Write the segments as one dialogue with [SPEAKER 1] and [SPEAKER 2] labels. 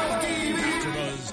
[SPEAKER 1] AfterBuzz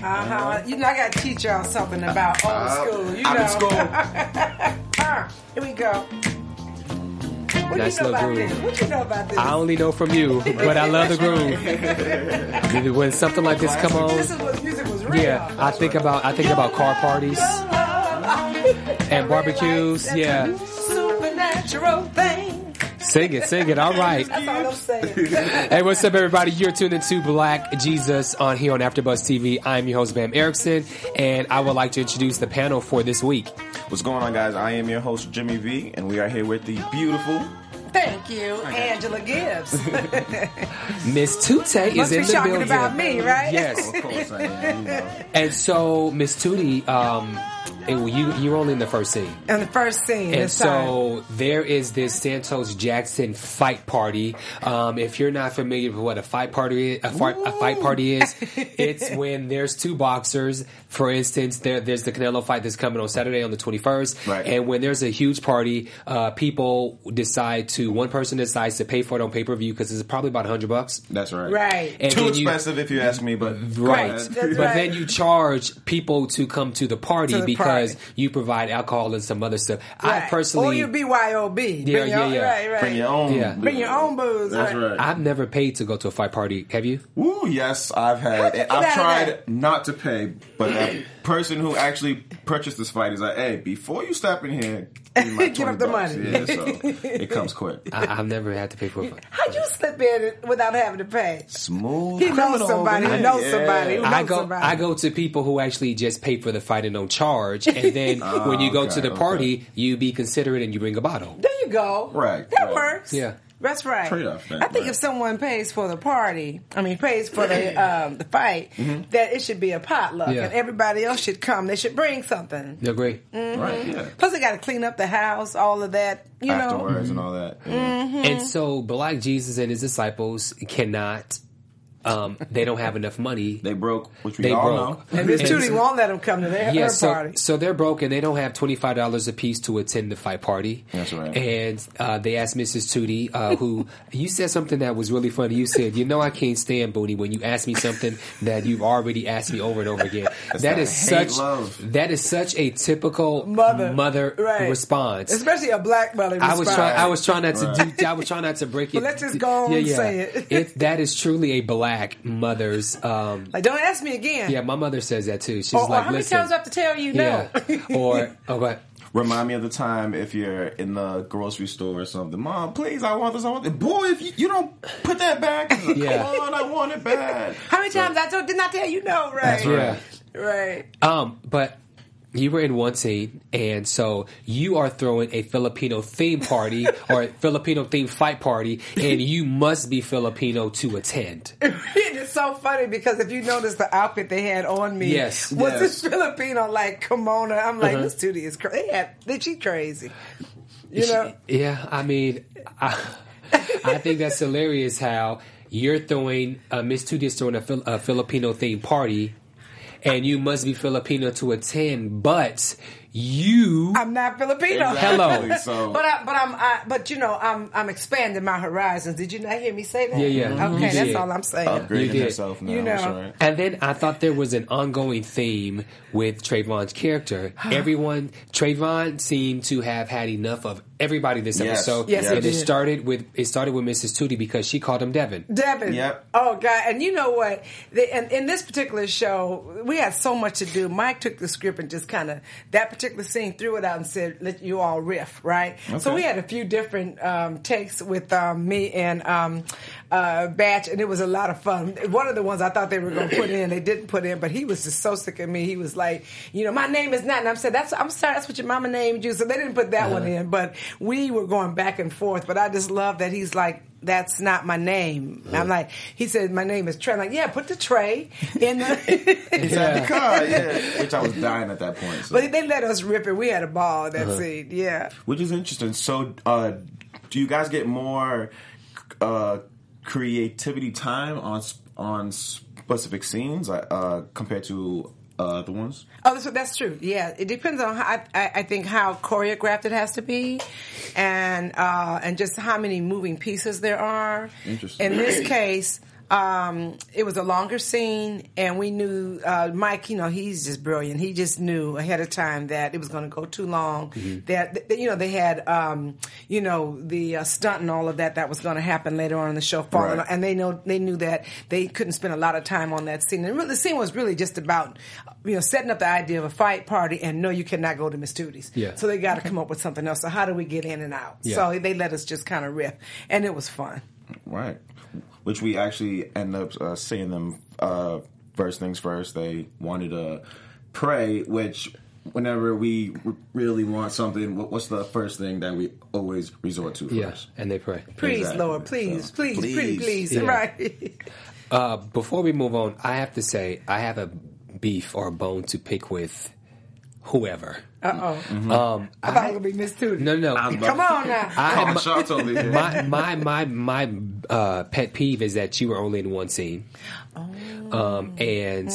[SPEAKER 2] Uh-huh. You know, I gotta teach y'all something about old school. You
[SPEAKER 3] out
[SPEAKER 2] know.
[SPEAKER 3] of Uh, school.
[SPEAKER 2] Uh, here we go. What
[SPEAKER 4] Nice
[SPEAKER 2] you
[SPEAKER 4] little
[SPEAKER 2] know about
[SPEAKER 4] groove.
[SPEAKER 2] this? What you know about this?
[SPEAKER 4] I only know from you, but I love the groove. when something like this come
[SPEAKER 2] This
[SPEAKER 4] on,
[SPEAKER 2] is what music was real.
[SPEAKER 4] yeah, I think about I think about car parties and barbecues. Yeah,
[SPEAKER 2] Supernatural thing.
[SPEAKER 4] sing it, sing it. All right.
[SPEAKER 2] That's all I'm saying.
[SPEAKER 4] Hey, what's up, everybody? You're tuned into Black Jesus on here on AfterBuzz TV. I'm your host, Bam Erickson, and I would like to introduce the panel for this week.
[SPEAKER 3] What's going on, guys? I am your host, Jimmy V, and we are here with the beautiful.
[SPEAKER 2] Thank you, Angela Gibbs.
[SPEAKER 4] Miss Tute is
[SPEAKER 2] Must
[SPEAKER 4] in
[SPEAKER 2] be
[SPEAKER 4] the
[SPEAKER 2] talking
[SPEAKER 4] building.
[SPEAKER 2] about me, right?
[SPEAKER 4] Yes.
[SPEAKER 3] course, I am. You know.
[SPEAKER 4] And so, Miss Tootie, um, it- you you were only in the first scene,
[SPEAKER 2] And the first scene.
[SPEAKER 4] and
[SPEAKER 2] this time.
[SPEAKER 4] so there is this Santos Jackson fight party. Um, if you're not familiar with what a fight party a, fight a fight party is, it's when there's two boxers. For instance, there there's the Canelo fight that's coming on Saturday on the 21st,
[SPEAKER 3] Right.
[SPEAKER 4] and when there's a huge party, uh, people decide to one person decides to pay for it on pay per view because it's probably about 100 bucks.
[SPEAKER 3] That's right.
[SPEAKER 2] Right.
[SPEAKER 4] And
[SPEAKER 3] Too
[SPEAKER 4] then you-
[SPEAKER 3] expensive, if you ask me, but
[SPEAKER 4] Right.
[SPEAKER 2] That's
[SPEAKER 4] but
[SPEAKER 2] right.
[SPEAKER 4] then you charge people to come to the party
[SPEAKER 2] To the
[SPEAKER 4] because
[SPEAKER 2] party.
[SPEAKER 4] you provide alcohol and some other stuff. I
[SPEAKER 2] Right. Or
[SPEAKER 4] personally,
[SPEAKER 2] you BYOB.
[SPEAKER 4] Yeah,
[SPEAKER 2] Bring
[SPEAKER 4] yeah,
[SPEAKER 2] your,
[SPEAKER 4] yeah.
[SPEAKER 2] Right, right.
[SPEAKER 3] Bring your own.
[SPEAKER 4] Yeah.
[SPEAKER 2] Bring your own booze.
[SPEAKER 3] That's
[SPEAKER 2] Right.
[SPEAKER 3] right.
[SPEAKER 4] I've never paid to go to a fight party. Have you?
[SPEAKER 3] Ooh, yes, I've
[SPEAKER 2] How'd
[SPEAKER 3] had.
[SPEAKER 2] you
[SPEAKER 3] and
[SPEAKER 2] get out
[SPEAKER 3] I've
[SPEAKER 2] of
[SPEAKER 3] tried
[SPEAKER 2] that?
[SPEAKER 3] not to pay, but the person who actually purchased this fight is like, "Hey, before you step in here, give, me my
[SPEAKER 2] Give up
[SPEAKER 3] 20
[SPEAKER 2] the
[SPEAKER 3] bucks."
[SPEAKER 2] money.
[SPEAKER 3] Yeah, so it comes quick.
[SPEAKER 4] I, I've never had to pay for a fight.
[SPEAKER 2] How'd you slip in without having to pay?
[SPEAKER 3] Smooth.
[SPEAKER 2] He knows
[SPEAKER 3] criminal
[SPEAKER 2] somebody.
[SPEAKER 3] over
[SPEAKER 2] He
[SPEAKER 3] there.
[SPEAKER 2] knows
[SPEAKER 3] Yeah.
[SPEAKER 2] somebody. Who knows
[SPEAKER 4] I go,
[SPEAKER 2] somebody.
[SPEAKER 4] I go to people who actually just pay for the fight and don't charge, and then when you go
[SPEAKER 3] okay,
[SPEAKER 4] to the
[SPEAKER 3] okay.
[SPEAKER 4] party, you be considerate and you bring a bottle.
[SPEAKER 2] There you go.
[SPEAKER 3] Right,
[SPEAKER 2] That
[SPEAKER 3] right.
[SPEAKER 2] works.
[SPEAKER 4] Yeah.
[SPEAKER 2] That's right.
[SPEAKER 3] Trade-off thing,
[SPEAKER 2] I think
[SPEAKER 3] right.
[SPEAKER 2] if someone pays for the party, I mean pays for the um, the fight,
[SPEAKER 3] Mm-hmm.
[SPEAKER 2] that it should be a potluck,
[SPEAKER 4] Yeah.
[SPEAKER 2] and everybody else should come. They should bring something.
[SPEAKER 4] You agree?
[SPEAKER 3] Right. Yeah.
[SPEAKER 2] Plus, they got to clean up the house, all of that. You know, Mm-hmm.
[SPEAKER 3] Afterwards and all that. Yeah.
[SPEAKER 4] And so, Black Jesus and his disciples cannot. Um, they don't have enough money.
[SPEAKER 3] They broke, which we
[SPEAKER 4] They
[SPEAKER 3] all
[SPEAKER 4] broke.
[SPEAKER 3] know.
[SPEAKER 2] and Miss
[SPEAKER 4] And
[SPEAKER 2] Tootie
[SPEAKER 4] so-
[SPEAKER 2] won't let them come to their
[SPEAKER 4] Yeah,
[SPEAKER 2] her
[SPEAKER 4] so,
[SPEAKER 2] party.
[SPEAKER 4] so they're broke and they don't have twenty five dollars a piece to attend the fight party.
[SPEAKER 3] That's right.
[SPEAKER 4] And uh, they asked Mrs. Tootie, uh, who you said something that was really funny. You said, "You know, I can't stand Booty when you ask me something that you've already asked me over and over again." that
[SPEAKER 3] not
[SPEAKER 4] is
[SPEAKER 3] hate,
[SPEAKER 4] such
[SPEAKER 3] love.
[SPEAKER 4] that is such a typical
[SPEAKER 2] Mother.
[SPEAKER 4] mother,
[SPEAKER 2] Right.
[SPEAKER 4] response.
[SPEAKER 2] Especially a black mother.
[SPEAKER 4] I was trying. I
[SPEAKER 2] response.
[SPEAKER 4] was trying not to do. I was trying not to break it.
[SPEAKER 2] But let's just go on and say it.
[SPEAKER 4] That is truly a black mother's. Um,
[SPEAKER 2] like, don't ask me again.
[SPEAKER 4] yeah, my mother says that too. She's
[SPEAKER 2] Or, or
[SPEAKER 4] like,
[SPEAKER 2] Oh, how many
[SPEAKER 4] "Listen,
[SPEAKER 2] times do I have to tell you no?
[SPEAKER 4] yeah, or oh, but
[SPEAKER 3] Remind me of the time if you're in the grocery store or something. Mom, please, I want this. I want this. Boy, if you, you don't put that back, it's like,
[SPEAKER 4] Yeah.
[SPEAKER 3] come on, I want it back.
[SPEAKER 2] How many times I told, did not tell you no? Right.
[SPEAKER 3] That's right.
[SPEAKER 4] yeah.
[SPEAKER 2] Right.
[SPEAKER 4] Um, but you were in one scene, and so you are throwing a Filipino theme party or a Filipino themed fight party, and you must be Filipino to attend.
[SPEAKER 2] It is so funny because if you notice the outfit they had on me,
[SPEAKER 4] Yes. Uh-huh.
[SPEAKER 2] was
[SPEAKER 3] Yes.
[SPEAKER 2] this Filipino like kimono? I'm like, this Tootie is crazy. They had, they, she crazy. You know,
[SPEAKER 4] Yeah, I mean, I, I think that's hilarious how you're throwing uh, Miss Tootie is throwing a, Fil- a Filipino themed party, and you must be Filipino to attend, but you
[SPEAKER 2] I'm not Filipino.
[SPEAKER 4] Hello.
[SPEAKER 3] So,
[SPEAKER 2] But I, but I'm I, but you know I'm I'm expanding my horizons. Did you not hear me say that?
[SPEAKER 4] Yeah, yeah.
[SPEAKER 2] Okay,
[SPEAKER 4] You
[SPEAKER 2] that's
[SPEAKER 4] did. Oh.
[SPEAKER 2] all I'm saying.
[SPEAKER 4] You
[SPEAKER 3] upgrading
[SPEAKER 4] did.
[SPEAKER 3] yourself now.
[SPEAKER 2] You know.
[SPEAKER 3] That's right.
[SPEAKER 4] And then I thought there was an ongoing theme with Trayvon's character. Everyone, Trayvon seemed to have had enough of everybody this
[SPEAKER 3] Yes.
[SPEAKER 4] episode.
[SPEAKER 3] Yes, he
[SPEAKER 4] and it
[SPEAKER 2] did.
[SPEAKER 4] started with it started with Mrs. Tootie because she called him Devin.
[SPEAKER 2] Devin.
[SPEAKER 3] Yep.
[SPEAKER 2] Oh God! And you know what? They, and in this particular show, we had so much to do. Mike took the script and just kind of that particular scene threw it out and said, "Let you all riff." Right. So
[SPEAKER 3] Okay.
[SPEAKER 2] we had a few different um, takes with um, me and um, uh, batch, and it was a lot of fun. One of the ones I thought they were going to put in, they didn't put in, but he was just so sick of me. He was like, you know, my name is not, and I'm saying that's I'm sorry, that's what your mama named you. So they didn't put that one in, but we were going back and forth. But I just love that he's like. That's not my name. And I'm like, he said, my name is Trey. I'm like, yeah, put the Trey in the.
[SPEAKER 4] Yeah.
[SPEAKER 3] Car, yeah. Which I was dying at that point. So.
[SPEAKER 2] but they let us rip it. We had a ball that scene. Yeah.
[SPEAKER 3] which is interesting. So, uh, do you guys get more uh, creativity time on sp- on specific scenes like, uh, compared to uh, other ones?
[SPEAKER 2] Oh, that's, that's true. Yeah, it depends on how, I, I I think how choreographed it has to be, and uh, and just how many moving pieces there are.
[SPEAKER 3] Interesting.
[SPEAKER 2] In this case. Um, it was a longer scene and we knew, uh, Mike, you know, he's just brilliant. He just knew ahead of time that it was going to go too long.
[SPEAKER 3] Mm-hmm.
[SPEAKER 2] That, that, you know, they had, um, you know, the uh, stunt and all of that that was going to happen later on in the show falling
[SPEAKER 3] Right.
[SPEAKER 2] and they know they knew that they couldn't spend a lot of time on that scene. And really, the scene was really just about you know setting up the idea of a fight party, and no, you cannot go to Miss Tootie's.
[SPEAKER 4] Yeah.
[SPEAKER 2] So they got to come up with something else. So how do we get in and out?
[SPEAKER 4] Yeah.
[SPEAKER 2] So they let us just kind of riff, and it was fun.
[SPEAKER 3] Right. Which we actually end up uh, seeing them uh, first things first. They wanted to pray, which whenever we r- really want something, what- what's the first thing that we always resort to first?
[SPEAKER 4] Yeah, and they pray.
[SPEAKER 2] Please,
[SPEAKER 3] Exactly.
[SPEAKER 2] Lord, please,
[SPEAKER 3] So,
[SPEAKER 2] please, please,
[SPEAKER 3] please.
[SPEAKER 2] please,
[SPEAKER 4] Yeah.
[SPEAKER 2] right?
[SPEAKER 4] Uh, before we move on, I have to say I have a beef or a bone to pick with whoever.
[SPEAKER 2] uh oh,
[SPEAKER 3] Mm-hmm.
[SPEAKER 4] Um,
[SPEAKER 2] I thought it would be Miss Tootie.
[SPEAKER 4] no, no,
[SPEAKER 2] Come on now.
[SPEAKER 4] I-
[SPEAKER 3] Calling shots over here.
[SPEAKER 4] my my my my uh, pet peeve is that you were only in one scene,
[SPEAKER 2] Oh.
[SPEAKER 4] um, and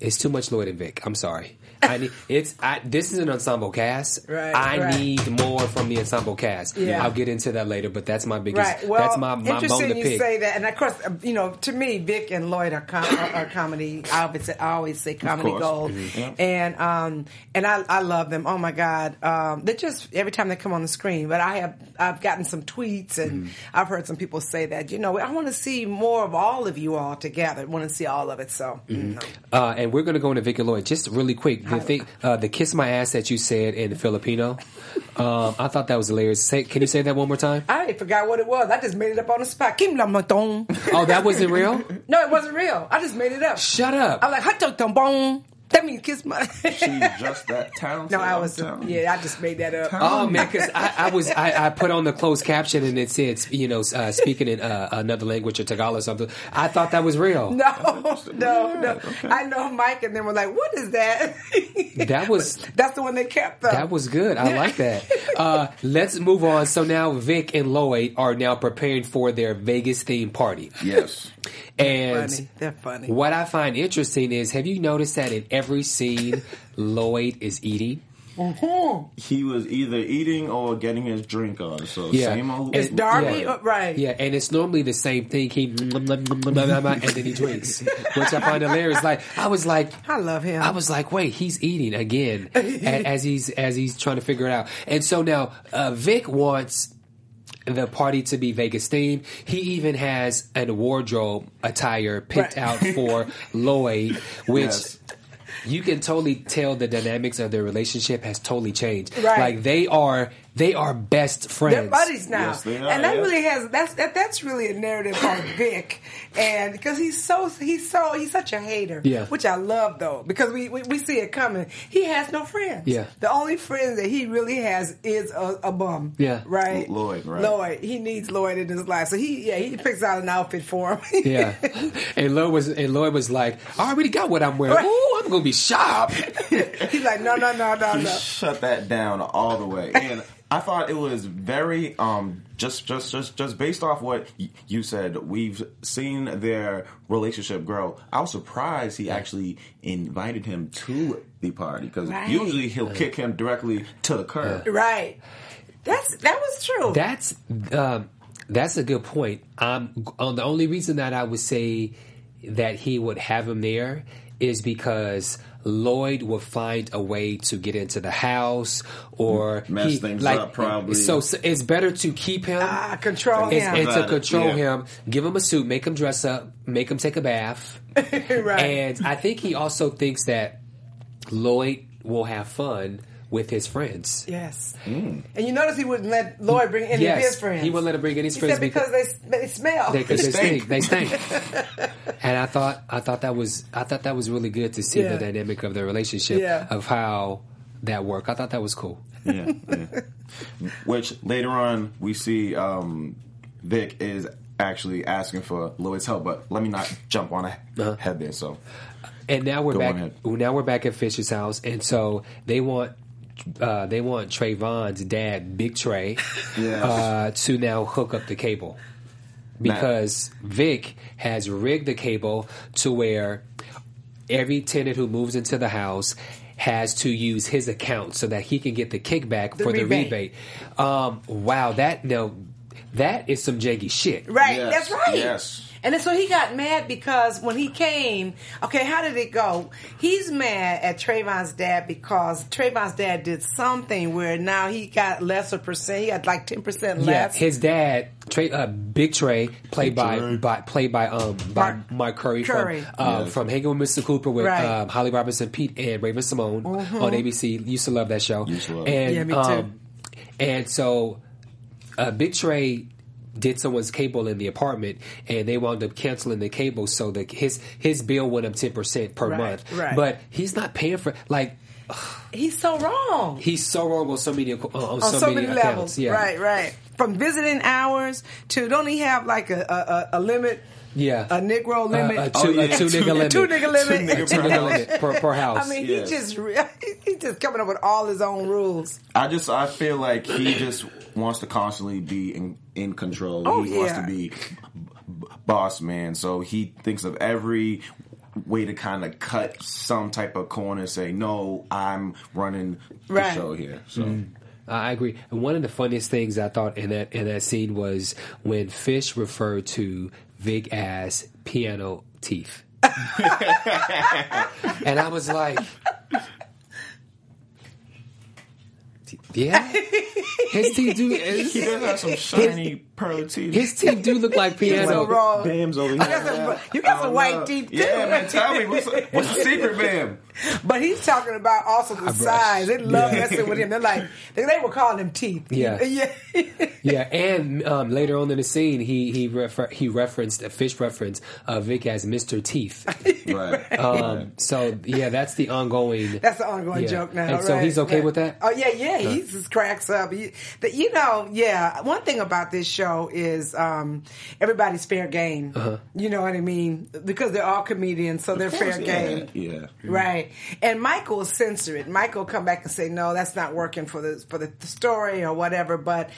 [SPEAKER 4] it's too much Lloyd and Vic. I'm sorry. I need it's. I, this is an ensemble cast.
[SPEAKER 2] Right,
[SPEAKER 4] I
[SPEAKER 2] right.
[SPEAKER 4] need more from the ensemble cast.
[SPEAKER 2] Yeah.
[SPEAKER 4] I'll get into that later, but that's my biggest.
[SPEAKER 2] Right. Well,
[SPEAKER 4] that's my my bone
[SPEAKER 2] interesting
[SPEAKER 4] to
[SPEAKER 2] you
[SPEAKER 4] pick.
[SPEAKER 2] say that, and of course, uh, you know, to me, Vic and Lloyd are, com- are, are comedy. I always say, I always say comedy
[SPEAKER 3] course.
[SPEAKER 2] gold,
[SPEAKER 4] Mm-hmm.
[SPEAKER 3] Mhm. Yeah.
[SPEAKER 2] and um, and I, I love them. Oh my God, um, they just every time they come on the screen. But I have I've gotten some tweets,
[SPEAKER 4] Mm-hmm.
[SPEAKER 2] and I've heard some people say that you know I want to see more of all of you all together. want to see all of it. So you know.
[SPEAKER 4] Uh, and we're going to go into Vicky Lloyd just really quick. The, thing, uh, the kiss my ass that you said in Filipino, um, I thought that was hilarious. Say, can you say that one more time?
[SPEAKER 2] I already forgot what it was. I just made it up on the spot. Kim la matong.
[SPEAKER 4] Oh, that wasn't real.
[SPEAKER 2] no, it wasn't real. I just made it up.
[SPEAKER 4] Shut up.
[SPEAKER 2] I'm like hot dog tambong. That means kiss my.
[SPEAKER 3] She's just that talented.
[SPEAKER 2] No, I
[SPEAKER 3] I'm
[SPEAKER 2] was.
[SPEAKER 3] telling you.
[SPEAKER 2] Yeah, I just made that up.
[SPEAKER 4] Oh man, because I, I was I, I put on the closed caption and it said you know uh, speaking in uh, another language or Tagalog or something. I thought that was real.
[SPEAKER 2] No, no, no.
[SPEAKER 3] okay.
[SPEAKER 2] I know Mike, and then we're like, "What is that?"
[SPEAKER 4] That was-
[SPEAKER 2] that's the one they kept. Though.
[SPEAKER 4] That was good. I like that. Uh, let's move on. So now Vic and Lloyd are now preparing for their Vegas theme party.
[SPEAKER 3] Yes.
[SPEAKER 4] And
[SPEAKER 2] funny. They're funny.
[SPEAKER 4] What I find interesting is have you noticed that in every scene Lloyd is eating?
[SPEAKER 2] Mhm.
[SPEAKER 3] He was either eating or getting his drink on. So
[SPEAKER 4] Yeah.
[SPEAKER 3] same old.
[SPEAKER 4] It's
[SPEAKER 2] Darby,
[SPEAKER 4] Yeah.
[SPEAKER 2] uh, right?
[SPEAKER 4] Yeah, and it's normally the same thing. He and then he drinks, which I find hilarious. Like I was like,
[SPEAKER 2] I love him.
[SPEAKER 4] I was like, wait, he's eating again a- as he's as he's trying to figure it out. And so now uh, Vic wants the party to be Vegas themed. He even has a wardrobe attire picked
[SPEAKER 2] Right.
[SPEAKER 4] out for Lloyd, which.
[SPEAKER 3] Yes.
[SPEAKER 4] You can totally tell the dynamics of their relationship has totally changed.
[SPEAKER 2] Right.
[SPEAKER 4] Like they are, they are best friends.
[SPEAKER 2] They're buddies now,
[SPEAKER 3] Yes, they are,
[SPEAKER 2] and that
[SPEAKER 3] yeah.
[SPEAKER 2] really has that's that, that's really a narrative on Vic, and because he's so he's so he's such a hater,
[SPEAKER 4] Yeah.
[SPEAKER 2] Which I love though, because we, we we see it coming. He has no friends.
[SPEAKER 4] Yeah.
[SPEAKER 2] the only friend that he really has is a, a bum.
[SPEAKER 4] Yeah.
[SPEAKER 2] right.
[SPEAKER 3] L- Lloyd, right.
[SPEAKER 2] Lloyd. He needs Lloyd in his life, so he yeah he picks out an outfit for him.
[SPEAKER 4] Yeah. And Lloyd was and Lloyd was like, I already got what I'm wearing.
[SPEAKER 2] Right.
[SPEAKER 4] Ooh, I'm gonna be sharp.
[SPEAKER 2] he's like no no no no no.
[SPEAKER 3] shut that down all the way. And I thought it was very um just just just just based off what y- you said. We've seen their relationship grow. I was surprised he actually invited him to the party because
[SPEAKER 2] Right.
[SPEAKER 3] usually he'll kick him directly to the curb.
[SPEAKER 2] Right. That's that was true.
[SPEAKER 4] That's um, that's a good point. Um, on the only reason that I would say that he would have him there is because Lloyd will find a way to get into the house or
[SPEAKER 3] Mess
[SPEAKER 4] he-
[SPEAKER 3] things
[SPEAKER 4] like,
[SPEAKER 3] up, probably.
[SPEAKER 4] So, so it's better to keep him.
[SPEAKER 2] Ah, control
[SPEAKER 4] It's,
[SPEAKER 2] him.
[SPEAKER 4] it's to
[SPEAKER 3] Right,
[SPEAKER 4] control
[SPEAKER 3] yeah.
[SPEAKER 4] him, give him a suit, make him dress up, make him take a bath,
[SPEAKER 2] right.
[SPEAKER 4] And I think he also thinks that Lloyd will have fun with his friends.
[SPEAKER 2] Yes. And you notice he wouldn't let Lloyd bring any of his
[SPEAKER 4] Mm. yes,
[SPEAKER 2] friends.
[SPEAKER 4] he wouldn't let her bring any his
[SPEAKER 2] He
[SPEAKER 4] friends
[SPEAKER 2] said because they, s- they smell.
[SPEAKER 4] they, 'cause they
[SPEAKER 3] stink.
[SPEAKER 4] stink. They stink. and I thought I thought that was I thought that was really good to see
[SPEAKER 2] Yeah.
[SPEAKER 4] the dynamic of their relationship
[SPEAKER 2] Yeah.
[SPEAKER 4] of how that worked. I thought that was cool.
[SPEAKER 3] yeah, yeah. Which later on we see um, Vic is actually asking for Lloyd's help, but let me not jump on a headband. So
[SPEAKER 4] And now we're
[SPEAKER 3] Go
[SPEAKER 4] back.
[SPEAKER 3] on ahead.
[SPEAKER 4] Now we're back at Fisher's house, and so they want. Uh, they want Trayvon's dad, Big Trey,
[SPEAKER 3] Yeah.
[SPEAKER 4] uh, to now hook up the cable because Vic has rigged the cable to where every tenant who moves into the house has to use his account so that he can get the kickback for
[SPEAKER 2] rebate.
[SPEAKER 4] the rebate. Um, wow, that no, that is some janky shit.
[SPEAKER 2] Right.
[SPEAKER 3] Yes,
[SPEAKER 2] That's right.
[SPEAKER 3] yes.
[SPEAKER 2] And then, so he got mad because when he came, okay, how did it go? He's mad at Trayvon's dad because Trayvon's dad did something where now he got lesser percent. He got like ten percent
[SPEAKER 4] Yeah,
[SPEAKER 2] less.
[SPEAKER 4] his dad, Trey, uh, Big Trey, played by,
[SPEAKER 3] Trey.
[SPEAKER 4] by played by um by
[SPEAKER 2] Mark-
[SPEAKER 4] Mark, Curry,
[SPEAKER 2] Curry.
[SPEAKER 4] from uh,
[SPEAKER 3] Yeah.
[SPEAKER 4] from Hanging with Mr. Cooper with
[SPEAKER 2] Right. Mm-hmm.
[SPEAKER 4] um, Holly Robinson, Pete, and Raven Simone on ABC. Used to love that show.
[SPEAKER 3] Used to love it.
[SPEAKER 4] and,
[SPEAKER 2] Yeah, me too.
[SPEAKER 4] Um, and so, uh, Big Trey did someone's cable in the apartment, and they wound up canceling the cable, so that his his bill went up ten percent per
[SPEAKER 2] Right,
[SPEAKER 4] month.
[SPEAKER 2] right.
[SPEAKER 4] But he's not paying for like
[SPEAKER 2] He's so wrong.
[SPEAKER 4] he's so wrong on so many uh, on,
[SPEAKER 2] on
[SPEAKER 4] so, many, accounts.
[SPEAKER 2] levels.
[SPEAKER 4] Yeah.
[SPEAKER 2] Right, right. From visiting hours to don't he have like a a, a, a limit,
[SPEAKER 4] Yeah.
[SPEAKER 2] a Negro limit,
[SPEAKER 4] Uh, a two,
[SPEAKER 3] Oh, yeah.
[SPEAKER 4] a two nigga
[SPEAKER 3] Two-
[SPEAKER 4] limit.
[SPEAKER 2] two nigga limit,
[SPEAKER 3] Two nigga
[SPEAKER 4] Two nigga limit per, per house.
[SPEAKER 2] I mean,
[SPEAKER 3] Yes.
[SPEAKER 2] he just re- he just coming up with all his own rules.
[SPEAKER 3] I just I feel like he just wants to constantly be in, in control.
[SPEAKER 2] Oh,
[SPEAKER 3] he wants
[SPEAKER 2] yeah.
[SPEAKER 3] to be b- boss man. So he thinks of every way to kind of cut some type of corner and say, "No, I'm running the
[SPEAKER 2] Right.
[SPEAKER 3] show here." So
[SPEAKER 4] I agree. And One of the funniest things I thought in that in that scene was when Fish referred to Vic as piano teeth, and I was like, yeah, his teeth do
[SPEAKER 3] he
[SPEAKER 4] his,
[SPEAKER 3] does have some shiny pearly teeth.
[SPEAKER 4] his teeth do look like
[SPEAKER 2] He's so
[SPEAKER 4] piano.
[SPEAKER 2] wrong.
[SPEAKER 3] Bam's over here.
[SPEAKER 2] got some- you got some
[SPEAKER 3] I don't
[SPEAKER 2] white
[SPEAKER 3] know.
[SPEAKER 2] teeth, too.
[SPEAKER 3] Oh, Yeah, man. Tell me what's, what's the secret, Bam?
[SPEAKER 2] But he's talking about also the size. They love messing with him. They're like they, they were calling him teeth.
[SPEAKER 4] Yeah.
[SPEAKER 2] yeah.
[SPEAKER 4] Yeah, and um, later on in the scene, he he refer- he referenced a fish reference of Vic as Mister Teeth.
[SPEAKER 3] Right.
[SPEAKER 4] Um, so yeah, that's the ongoing.
[SPEAKER 2] That's the ongoing
[SPEAKER 4] Yeah.
[SPEAKER 2] joke now.
[SPEAKER 4] And so
[SPEAKER 2] right,
[SPEAKER 4] he's okay
[SPEAKER 2] right.
[SPEAKER 4] with that?
[SPEAKER 2] Oh yeah, yeah. He just cracks up. You, the, you know, yeah. One thing about this show is um, everybody's fair game.
[SPEAKER 4] Uh-huh.
[SPEAKER 2] You know what I mean? Because they're all comedians, so they're fair game.
[SPEAKER 3] Yeah.
[SPEAKER 2] Right. And Michael will censor it. Michael will come back and say, no, that's not working for the for the story or whatever. But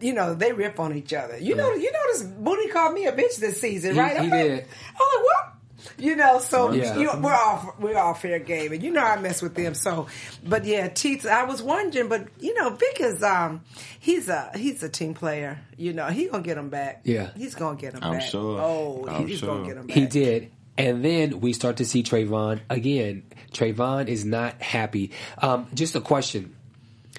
[SPEAKER 2] you know, they rip on each other. You know, you notice Booty called me a bitch this season,
[SPEAKER 4] He-
[SPEAKER 2] right?
[SPEAKER 4] he
[SPEAKER 2] I'm like,
[SPEAKER 4] did.
[SPEAKER 2] I'm like, what? You know, so
[SPEAKER 4] Yeah.
[SPEAKER 2] you, we're all we're all fair game, and you know I mess with them. So, but yeah, Teets. I was wondering, but you know, Vic is um, he's a he's a team player. You know, he gonna get them back.
[SPEAKER 4] Yeah.
[SPEAKER 2] he's gonna get them
[SPEAKER 3] I'm
[SPEAKER 2] back.
[SPEAKER 3] sure.
[SPEAKER 2] Oh,
[SPEAKER 3] I'm
[SPEAKER 2] he's
[SPEAKER 3] sure.
[SPEAKER 2] gonna get them back.
[SPEAKER 4] He did. And then we start to see Trayvon again. Trayvon is not happy. Um, just a question.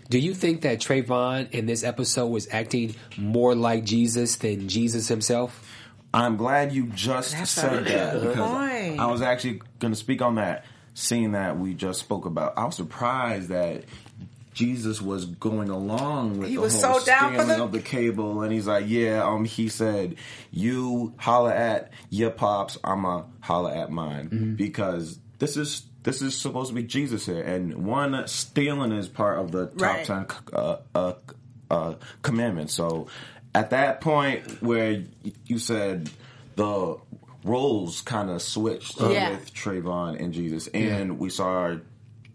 [SPEAKER 4] Do you think that Trayvon in this episode was acting more like Jesus than Jesus himself?
[SPEAKER 3] I'm glad you just
[SPEAKER 2] That's a
[SPEAKER 3] said that
[SPEAKER 2] good
[SPEAKER 3] because
[SPEAKER 2] point.
[SPEAKER 3] I was actually going to speak on that scene that we just spoke about. I was surprised that Jesus was going along with
[SPEAKER 2] He
[SPEAKER 3] the
[SPEAKER 2] was
[SPEAKER 3] whole
[SPEAKER 2] so down for
[SPEAKER 3] scamming
[SPEAKER 2] the-
[SPEAKER 3] of the cable, and he's like, "Yeah." Um, he said, "You holler at your pops, I'ma holler at mine
[SPEAKER 4] Mm-hmm.
[SPEAKER 3] because this is." This is supposed to be Jesus here, and one stealing is part of the top
[SPEAKER 2] Right.
[SPEAKER 3] ten uh, uh, uh, commandment. So, at that point where you said the roles kind of switched
[SPEAKER 2] Yeah.
[SPEAKER 3] with Trayvon and Jesus, and we saw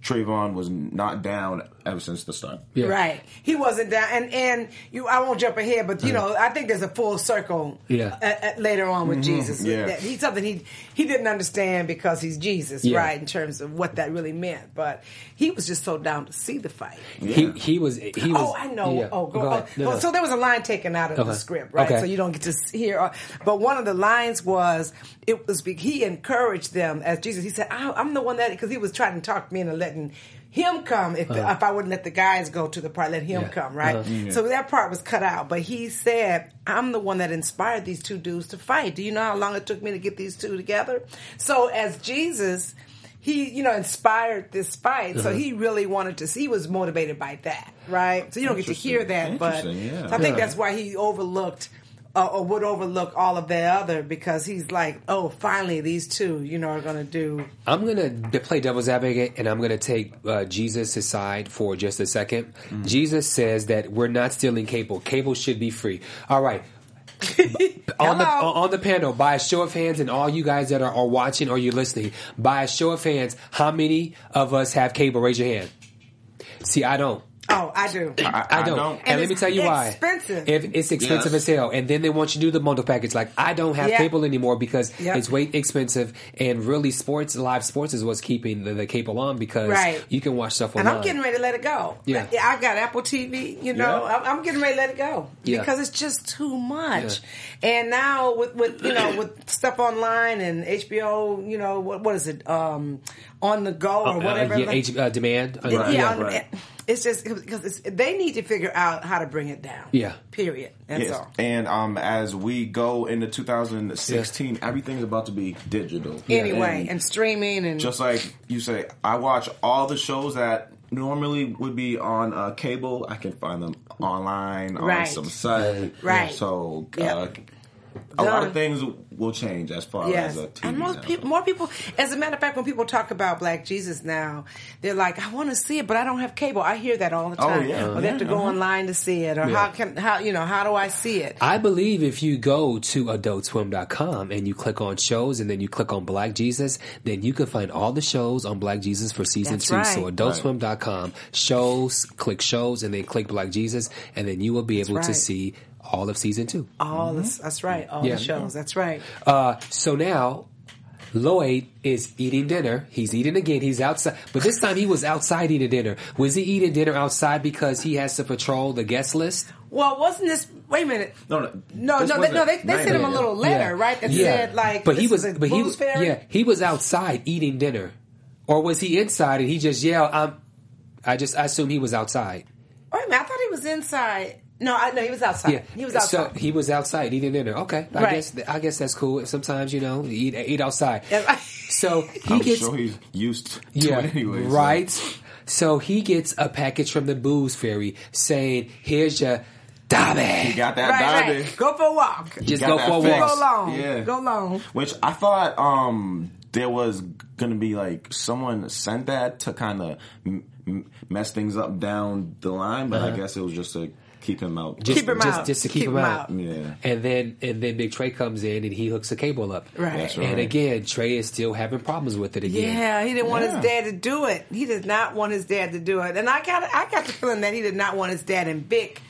[SPEAKER 3] Trayvon was not down ever since the start.
[SPEAKER 4] Yeah.
[SPEAKER 2] Right. He wasn't down. And and you, I won't jump ahead, but you know, I think there's a full circle.
[SPEAKER 4] Yeah.
[SPEAKER 2] uh, uh, later on with Jesus,
[SPEAKER 3] Yeah.
[SPEAKER 2] That he's something he he didn't understand because he's Jesus,
[SPEAKER 4] Yeah.
[SPEAKER 2] right? In terms of what that really meant, but he was just so down to see the fight.
[SPEAKER 4] He he was he was
[SPEAKER 2] oh, I know.
[SPEAKER 4] yeah.
[SPEAKER 2] Oh, go,
[SPEAKER 4] ahead.
[SPEAKER 2] oh,
[SPEAKER 4] No,
[SPEAKER 2] oh,
[SPEAKER 4] no.
[SPEAKER 2] So there was a line taken out of the
[SPEAKER 4] Okay.
[SPEAKER 2] script, right?
[SPEAKER 4] Okay.
[SPEAKER 2] So you don't get to s- hear. uh, But one of the lines was, it was be- he encouraged them as Jesus. He said, I, "I'm the one that," because he was trying to talk me into letting him come. If the, if I wouldn't let the guys go to the part, let him
[SPEAKER 4] Uh-huh. Yeah.
[SPEAKER 2] come, right?
[SPEAKER 4] Uh-huh.
[SPEAKER 2] So that part was cut out. But he said, "I'm the one that inspired these two dudes to fight." Do you know how long it took me to get these two together? So as Jesus. he, you know, inspired this fight.
[SPEAKER 4] Uh-huh.
[SPEAKER 2] So he really wanted to. see- He was motivated by that, right? So you don't get to hear that,
[SPEAKER 3] Interesting.
[SPEAKER 2] but
[SPEAKER 3] Interesting, yeah.
[SPEAKER 2] so I think
[SPEAKER 4] Yeah.
[SPEAKER 2] that's why he overlooked. Uh, or would overlook all of the other because he's like, oh, finally these two, you know, are going to do
[SPEAKER 4] I'm gonna d- play devil's advocate, and I'm gonna take uh, Jesus aside for just a 2nd Jesus says that we're not stealing cable. Cable should be free. All right. B- on the
[SPEAKER 2] Hello.
[SPEAKER 4] on the panel, by a show of hands, and all you guys that are, are watching or you're listening, by a show of hands, how many of us have cable? Raise your hand. See, I don't.
[SPEAKER 2] Oh, I do.
[SPEAKER 3] I,
[SPEAKER 4] I don't.
[SPEAKER 3] don't.
[SPEAKER 4] And, let
[SPEAKER 2] it's
[SPEAKER 4] me tell you why.
[SPEAKER 2] expensive.
[SPEAKER 4] If it's expensive
[SPEAKER 3] Yes.
[SPEAKER 4] as hell, and then they want you to do the bundle package. Like I don't have
[SPEAKER 2] Yeah.
[SPEAKER 4] cable anymore because
[SPEAKER 2] Yep.
[SPEAKER 4] it's way expensive. And really, sports, live sports, is what's keeping the, the cable on because
[SPEAKER 2] Right.
[SPEAKER 4] you can watch stuff
[SPEAKER 2] and
[SPEAKER 4] online.
[SPEAKER 2] I'm getting ready to let it go.
[SPEAKER 4] Yeah.
[SPEAKER 2] Like, I got Apple TV. You know,
[SPEAKER 3] Yeah.
[SPEAKER 2] I'm, I'm getting ready to let it go
[SPEAKER 4] Yeah.
[SPEAKER 2] because it's just too much. And now with with you know with stuff online and HBO, you know what what is it um on the go or
[SPEAKER 4] Uh,
[SPEAKER 2] whatever.
[SPEAKER 4] yeah,
[SPEAKER 2] like-
[SPEAKER 4] age- uh, demand. Uh,
[SPEAKER 2] yeah,
[SPEAKER 3] Right,
[SPEAKER 2] on the-
[SPEAKER 3] right.
[SPEAKER 2] it's just because it's, they need to figure out how to bring it down.
[SPEAKER 4] Yeah.
[SPEAKER 2] period. That's
[SPEAKER 3] Yes.
[SPEAKER 2] all.
[SPEAKER 3] And um, as we go into 2016, everything's about to be digital.
[SPEAKER 2] Anyway, and, streaming and
[SPEAKER 3] just like you say, I watch all the shows that normally would be on uh, cable. I can find them online on
[SPEAKER 2] Right.
[SPEAKER 3] some site.
[SPEAKER 2] Right.
[SPEAKER 3] So uh,
[SPEAKER 2] Yep.
[SPEAKER 3] a lot of
[SPEAKER 2] Done.
[SPEAKER 3] things will change as far
[SPEAKER 2] Yes,
[SPEAKER 3] as a TV.
[SPEAKER 2] and most
[SPEAKER 3] now.
[SPEAKER 2] people, more people. As a matter of fact, when people talk about Black Jesus now, they're like, "I want to see it, but I don't have cable." I hear that all the
[SPEAKER 3] Oh,
[SPEAKER 2] time.
[SPEAKER 3] yeah.
[SPEAKER 2] or they have to
[SPEAKER 3] Yeah,
[SPEAKER 2] go
[SPEAKER 3] uh-huh.
[SPEAKER 2] online to see it, or
[SPEAKER 4] Yeah.
[SPEAKER 2] how can how you know how do I see it?
[SPEAKER 4] I believe if you go to adultswim.com and you click on shows and then you click on Black Jesus, then you can find all the shows on Black Jesus for season
[SPEAKER 2] That's
[SPEAKER 4] two. So
[SPEAKER 2] right.
[SPEAKER 4] adultswim.com, shows, click shows, and then click Black Jesus, and then you will be able to
[SPEAKER 2] right.
[SPEAKER 4] see all of season two.
[SPEAKER 3] Mm-hmm.
[SPEAKER 2] All this, that's right. All
[SPEAKER 4] Yeah.
[SPEAKER 2] the shows. That's right.
[SPEAKER 4] Uh, so now Lloyd is eating dinner. He's eating again. He's outside, but this time he was outside eating dinner. Was he eating dinner outside because he has to patrol the guest list?
[SPEAKER 2] Well, wasn't this? Wait a minute.
[SPEAKER 3] No, no,
[SPEAKER 2] no,
[SPEAKER 3] this
[SPEAKER 2] no, they,
[SPEAKER 3] wasn't
[SPEAKER 2] no. They, they
[SPEAKER 3] night
[SPEAKER 2] sent him a
[SPEAKER 3] night.
[SPEAKER 2] little letter, right? That said, like,
[SPEAKER 4] but he
[SPEAKER 2] this
[SPEAKER 4] was,
[SPEAKER 2] is a
[SPEAKER 4] but he,
[SPEAKER 2] Boone's Ferry?
[SPEAKER 4] yeah, he was outside eating dinner, or was he inside and he just yelled? I'm, I just I assume he was outside.
[SPEAKER 2] Wait a minute. I thought he was inside. No, I no, he was outside.
[SPEAKER 4] Yeah,
[SPEAKER 2] Uh, He was outside.
[SPEAKER 4] So he was outside eating dinner. Okay, I
[SPEAKER 2] Right.
[SPEAKER 4] guess I guess that's cool. Sometimes you know eat eat outside.
[SPEAKER 2] Yeah.
[SPEAKER 4] So he
[SPEAKER 3] I'm
[SPEAKER 4] gets
[SPEAKER 3] sure he's used to
[SPEAKER 4] Yeah,
[SPEAKER 3] it anyway. so-
[SPEAKER 4] right. So he gets a package from the booze fairy saying, "Here's your
[SPEAKER 3] You
[SPEAKER 4] dobby.
[SPEAKER 3] got that
[SPEAKER 2] right,
[SPEAKER 3] Dobby.
[SPEAKER 2] right. Go for a walk.
[SPEAKER 4] Just
[SPEAKER 3] got
[SPEAKER 4] go
[SPEAKER 3] that
[SPEAKER 4] for a
[SPEAKER 3] fix.
[SPEAKER 2] go
[SPEAKER 4] walk."
[SPEAKER 2] long.
[SPEAKER 3] Yeah.
[SPEAKER 2] Go long.
[SPEAKER 3] Which I thought um there was gonna be like someone sent that to kind of m- m- mess things up down the line, but I guess it was just to keep him out.
[SPEAKER 4] Uh-huh. Just-
[SPEAKER 2] Keep him
[SPEAKER 4] just-
[SPEAKER 2] out.
[SPEAKER 4] just to keep him out.
[SPEAKER 3] yeah,
[SPEAKER 4] And then and then Big Trey comes in and he hooks a cable up.
[SPEAKER 2] Right.
[SPEAKER 3] That's
[SPEAKER 4] And
[SPEAKER 3] right.
[SPEAKER 4] again, Trey is still having problems with it again.
[SPEAKER 2] Yeah, he didn't want
[SPEAKER 3] Yeah.
[SPEAKER 2] his dad to do it. He did not want his dad to do it, and I got I got the feeling that he did not want his dad and Vic